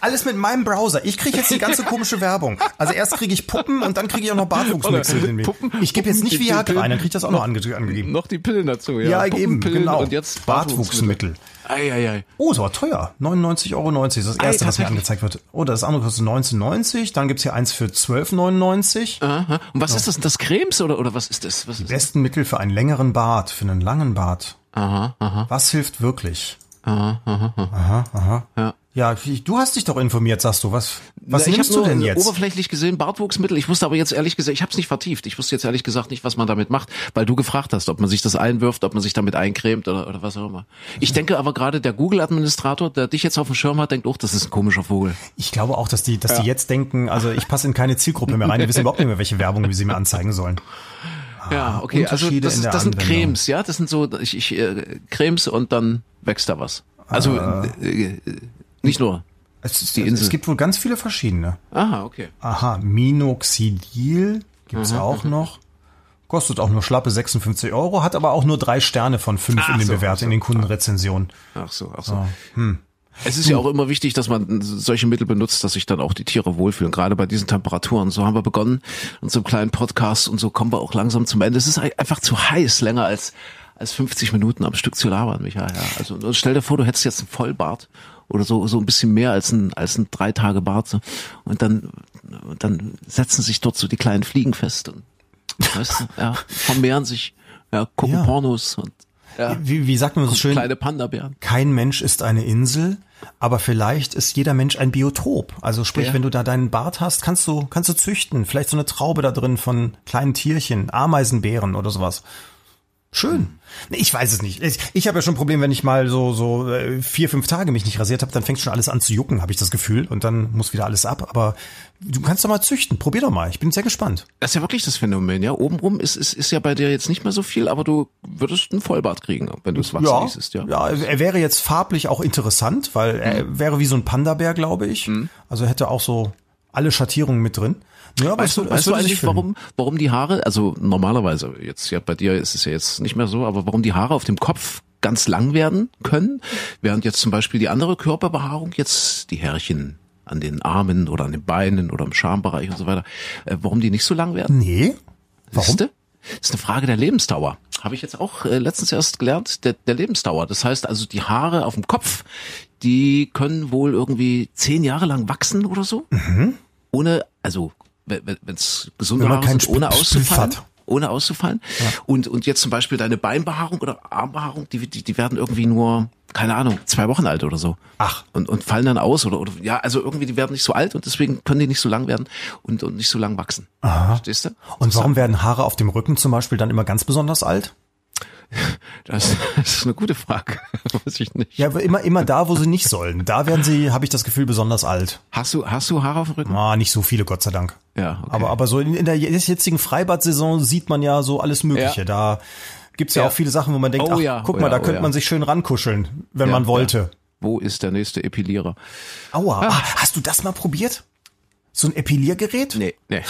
alles mit meinem Browser. Ich kriege jetzt *laughs* die ganze komische Werbung. Also erst kriege ich Puppen und dann kriege ich auch noch Bartwuchsmittel. Oder in mir. Puppen- ich gebe jetzt nicht Puppen- Viagra ein, dann kriege ich das auch noch ange angegeben. Noch die Pillen dazu, ja. Ja, eben, Puppenpillen genau. Und jetzt Bartwuchsmittel. Eieiei. Oh, ist aber teuer. 99,90 Euro das ist das Ei, erste, was mir tatsächlich. angezeigt wird. Oh, das andere kostet 19,90. Dann gibt's hier eins für 12,99. Aha. Und was ist das? Das Cremes oder, oder was ist das? Was ist das? Besten Mittel für einen längeren Bart, für einen langen Bart. Aha, aha, Was hilft wirklich? aha, aha. aha. Ja, ich- du hast dich doch informiert, sagst du. Was, was Na, Äh, ich nimmst hab du nur denn jetzt? Oberflächlich gesehen Bartwuchsmittel. Ich wusste aber jetzt ehrlich gesagt, ich habe es nicht vertieft. Ich wusste jetzt ehrlich gesagt nicht, was man damit macht, weil du gefragt hast, ob man sich das einwirft, ob man sich damit eincremt oder, oder was auch immer. Ich Mhm. denke aber gerade der Google-Administrator, der dich jetzt auf dem Schirm hat, denkt, oh, das ist ein komischer Vogel. Ich glaube auch, dass die, dass die jetzt denken, also ich passe in keine Zielgruppe mehr rein, die wissen überhaupt nicht mehr, welche Werbung sie mir anzeigen sollen. ja, okay. Also Ah, Unterschiede das, in ist, der das sind Anwendung. Cremes, ja. Das sind so ich, ich, äh, Cremes und dann wächst da was. Also Ah. äh, äh, nicht nur. Es, ist, Die Insel. es gibt wohl ganz viele verschiedene. Aha, okay. Aha, Minoxidil gibt's Mhm. auch noch. Kostet auch nur schlappe 56 Euro, hat aber auch nur drei Sterne von fünf Ach in den so, also, ah. Bewertungen, in den Kundenrezensionen. Ach so, ach so. Ah, hm. Es ist ja auch immer wichtig, dass man solche Mittel benutzt, dass sich dann auch die Tiere wohlfühlen, gerade bei diesen Temperaturen. So haben wir begonnen, unserem kleinen Podcast und so kommen wir auch langsam zum Ende. Es ist einfach zu heiß, länger als, als 50 Minuten am Stück zu labern, Michael. Ja. Also und stell dir vor, du hättest jetzt einen Vollbart oder so, so ein bisschen mehr als ein, als ein drei Tage Bart. So. Und dann, und dann setzen sich dort so die kleinen Fliegen fest und weißt du, ja, vermehren sich, ja, gucken Ja. Pornos und ja, Wie, wie sagt man so schön? kleine Panda-Bären. kein Mensch ist eine Insel, aber vielleicht ist jeder Mensch ein Biotop. Also sprich, Ja. wenn du da deinen Bart hast, kannst du, kannst du züchten. Vielleicht so eine Traube da drin von kleinen Tierchen, Ameisenbären oder sowas. Schön. Nee, Ich weiß es nicht. Ich, ich habe ja schon ein Problem, wenn ich mal so so äh, vier, fünf Tage mich nicht rasiert habe, dann fängt schon alles an zu jucken, habe ich das Gefühl. Und dann muss wieder alles ab. Aber du kannst doch mal züchten. Probier doch mal. Ich bin sehr gespannt. Das ist ja wirklich das Phänomen, ja. Obenrum ist, ist, ist ja bei dir jetzt nicht mehr so viel, aber du würdest einen Vollbart kriegen, wenn du es wachsen ließest, ja. Mhm. ja, er wäre jetzt farblich auch interessant, weil er wäre wie so ein Panda-Bär, glaube ich. Also hätte auch so alle Schattierungen mit drin. Ja, aber Weißt du, weißt du eigentlich, warum, warum die Haare, also normalerweise, jetzt ja bei dir ist es ja jetzt nicht mehr so, aber warum die Haare auf dem Kopf ganz lang werden können, während jetzt zum Beispiel die andere Körperbehaarung jetzt die Härchen an den Armen oder an den Beinen oder im Schambereich und so weiter, äh, warum die nicht so lang werden? Nee. Warum? Siehste? Das ist eine Frage der Lebensdauer. Habe ich jetzt auch äh, letztens erst gelernt, der, der Lebensdauer. Das heißt also, die Haare auf dem Kopf, die können wohl irgendwie zehn Jahre lang wachsen oder so. Ohne, also wenn es gesunde Mhm. Wenn man Haare keinen sind, ohne Spitz- Spitz auszufallen. hat. Ohne auszufallen. Und, und jetzt zum Beispiel deine Beinbehaarung oder Armbehaarung, die, die, die werden irgendwie nur, keine Ahnung, zwei Wochen alt oder so. Ach. Und, und fallen dann aus oder, oder ja, also irgendwie, die werden nicht so alt und deswegen können die nicht so lang werden und, und nicht so lang wachsen. Verstehst du? Und warum werden Haare auf dem Rücken zum Beispiel dann immer ganz besonders alt? Das, *laughs* das ist eine gute Frage. *laughs* Weiß ich nicht. Ja, aber immer, immer da, wo sie nicht sollen. Da werden sie, habe ich das Gefühl, besonders alt. Hast du, hast du Haare auf dem Rücken? Ah, nicht so viele, Gott sei Dank. Ja, okay. Aber, aber so in, in der jetzigen Freibad-Saison sieht man ja so alles Mögliche. Ja. Da gibt's ja, Ja. auch viele Sachen, wo man denkt, Oh ach, ja, guck oh mal, ja, da oh könnte ja. man sich schön rankuscheln, wenn man ja. wollte. Wo ist der nächste Epilierer? Aua, ah. hast du das mal probiert? So ein Epiliergerät? Nee, nee.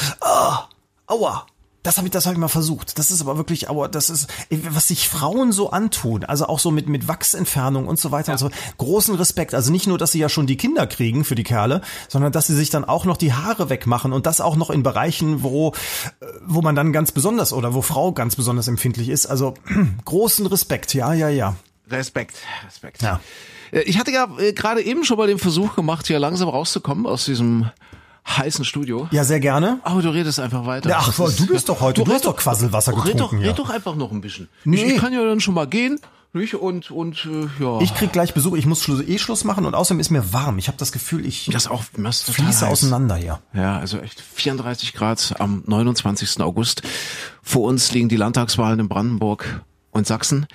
Aua. Das habe ich, das hab ich mal versucht. Das ist aber wirklich, aua, das ist, ey, was sich Frauen so antun, also auch so mit, mit Wachsentfernung und so weiter und so, großen Respekt. Also nicht nur, dass sie ja schon die Kinder kriegen für die Kerle, sondern dass sie sich dann auch noch die Haare wegmachen und das auch noch in Bereichen, wo, äh, wo man dann ganz besonders oder wo Frau ganz besonders empfindlich ist. Also *clears throat* großen Respekt, ja, ja, ja. Respekt, Respekt. Ja. Äh, Ich hatte ja äh, gerade eben schon mal den Versuch gemacht, hier langsam rauszukommen aus diesem heißen Studio. Ja, sehr gerne. Aber du redest einfach weiter. Ja, ach, Das du bist doch heute, du, red hast doch Quasselwasser Red doch, getrunken. red ja. doch einfach noch ein bisschen. Ich, Nee. ich kann ja dann schon mal gehen, nicht? Und, und, äh, ja. Ich krieg gleich Besuch, ich muss Schluss, eh Schluss machen und außerdem ist mir warm. Ich habe das Gefühl, ich das auch, das ist total fließe heiß. auseinander hier. Ja, also echt 34 Grad am 29. August. Vor uns liegen die Landtagswahlen in Brandenburg und Sachsen.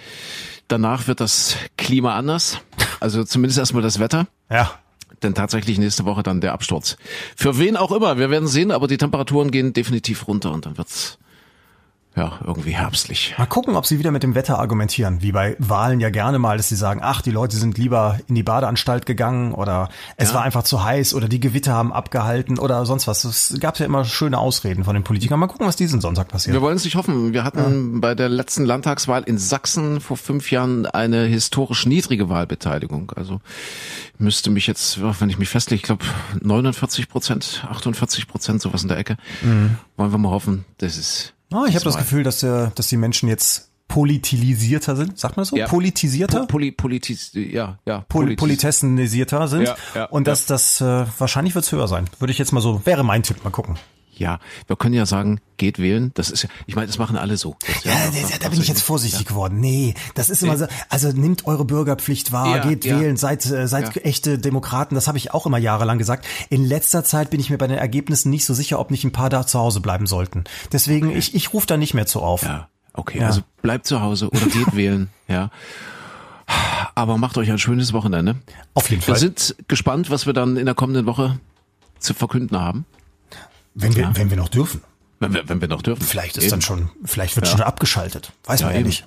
Danach wird das Klima anders. Also zumindest erstmal das Wetter. Ja. Denn tatsächlich nächste Woche dann der Absturz. Für wen auch immer, wir werden sehen, aber die Temperaturen gehen definitiv runter und dann wird's ja irgendwie herbstlich. Mal gucken, ob sie wieder mit dem Wetter argumentieren, wie bei Wahlen ja gerne mal, dass sie sagen, ach, die Leute sind lieber in die Badeanstalt gegangen oder es war einfach zu heiß oder die Gewitter haben abgehalten oder sonst was. Es gab ja immer schöne Ausreden von den Politikern. Mal gucken, was diesen Sonntag passiert. Wir wollen es nicht hoffen. Wir hatten bei der letzten Landtagswahl in Sachsen vor fünf Jahren eine historisch niedrige Wahlbeteiligung. Also ich müsste mich jetzt, ja, wenn ich mich festlege, ich glaube 49 Prozent, 48 Prozent, sowas in der Ecke. Wollen wir mal hoffen, das ist Mhm. Ah, ich habe das Gefühl, dass, der, dass die Menschen jetzt politisierter sind. Sagt man so? Ja. Politisierter? Poli, politis, ja, ja, Pol politis- Politessenisierter sind. Ja, ja, und dass das äh, wahrscheinlich wird's höher sein. Würde ich jetzt mal so, wäre mein Tipp, mal gucken. Ja, wir können ja sagen, geht wählen. Das ist ja, ich meine, das machen alle so. Das, Ja, da, da, da bin ich jetzt vorsichtig geworden. Nee, das ist immer so. Also nimmt eure Bürgerpflicht wahr, Ja, geht ja. wählen, seid, äh, seid Ja. echte Demokraten. Das habe ich auch immer jahrelang gesagt. In letzter Zeit bin ich mir bei den Ergebnissen nicht so sicher, ob nicht ein paar da zu Hause bleiben sollten. Deswegen, ich, ich rufe da nicht mehr zu auf. Ja, okay. Also bleibt zu Hause oder geht wählen, ja. Aber macht euch ein schönes Wochenende. Auf jeden Wir Fall. sind gespannt, was wir dann in der kommenden Woche zu verkünden haben. wenn, wir, wenn wir noch dürfen. Wenn wir, wenn wir noch dürfen. Vielleicht ist Eben. dann schon, vielleicht wird schon abgeschaltet. Weiß man ja eben. nicht.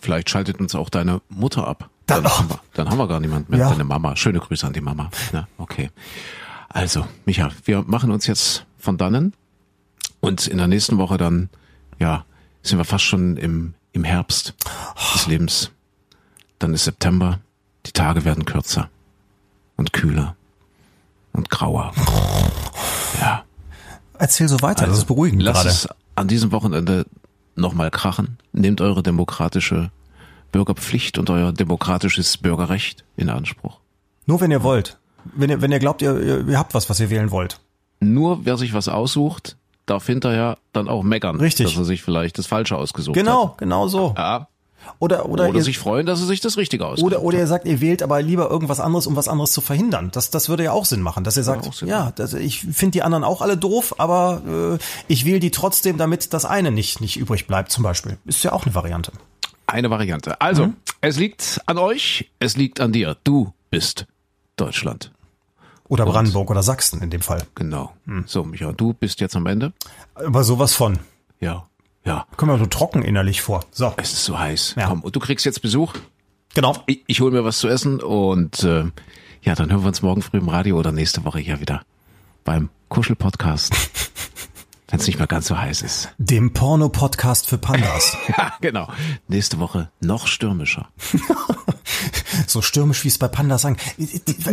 Vielleicht schaltet uns auch deine Mutter ab. Dann- haben wir, dann haben wir gar niemanden mehr. Ja. Deine Mama. Schöne Grüße an die Mama. Ja, okay. Also, Micha, wir machen uns jetzt von dannen. Und in der nächsten Woche dann, ja, sind wir fast schon im, im Herbst des Lebens. Dann ist September. Die Tage werden kürzer. Und kühler. Und grauer. Ja. Erzähl so weiter, das ist beruhigend Lasst gerade. es an diesem Wochenende nochmal krachen. Nehmt eure demokratische Bürgerpflicht und euer demokratisches Bürgerrecht in Anspruch. Nur wenn ihr wollt. Wenn ihr, wenn ihr glaubt, ihr, ihr, ihr habt was, was ihr wählen wollt. Nur wer sich was aussucht, darf hinterher dann auch meckern, Richtig. dass er sich vielleicht das Falsche ausgesucht hat. Genau, genau so. Ja. Oder, oder, Oder, ihr, sich freuen, dass er sich das Richtige ausgesucht oder, oder ihr sagt, ihr wählt aber lieber irgendwas anderes, um was anderes zu verhindern. Das, das würde ja auch Sinn machen, dass ihr auch sagt, Sinn ja, das, ich finde die anderen auch alle doof, aber äh, ich wähle die trotzdem, damit das eine nicht, nicht übrig bleibt zum Beispiel. Ist ja auch eine Variante. Eine Variante. Also, Mhm. es liegt an euch, es liegt an dir. Du bist Deutschland. Oder Brandenburg oder Sachsen in dem Fall. Genau. Mhm. So, Micha, du bist jetzt am Ende. Aber sowas von. Ja. Ja. Kommen wir so trocken innerlich vor. So, Es ist so heiß. Ja. Komm, und du kriegst jetzt Besuch. genau. ich, ich hole mir was zu essen und äh, ja, dann hören wir uns morgen früh im Radio oder nächste Woche hier wieder beim *laughs* Kuschel-Podcast, wenn es nicht mehr ganz so heiß ist. *laughs* Dem Porno-Podcast für Pandas. Ja, genau. Nächste Woche noch stürmischer. *laughs* So stürmisch, wie es bei Pandas sagen.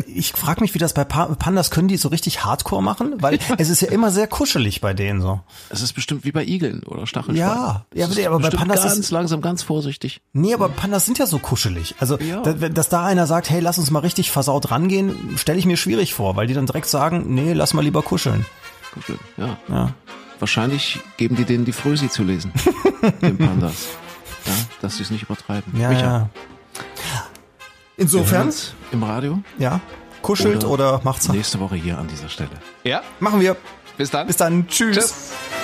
Ich frage mich, wie das bei Pa- Pandas, können die so richtig Hardcore machen? Weil es ist ja immer sehr kuschelig bei denen so. Es ist bestimmt wie bei Igeln oder Stachelschweinen. Ja, ja, Es ist aber bei bestimmt Pandas ganz ist- langsam, ganz vorsichtig. Nee, aber Pandas sind ja so kuschelig. Also, Ja. da- wenn- dass da einer sagt, hey, lass uns mal richtig versaut rangehen, stelle ich mir schwierig vor, weil die dann direkt sagen, nee, lass mal lieber kuscheln. Kuscheln. Ja. Wahrscheinlich geben die denen die Frösi zu *laughs* lesen, den Pandas. Ja, dass sie es nicht übertreiben. Ja, Micha, ja. wir hören Insofern, uns im Radio ja, kuschelt oder, Oder- macht's. nächste Woche hier an dieser Stelle. Ja, Machen wir. bis dann. Bis dann. Tschüss. Tschüss.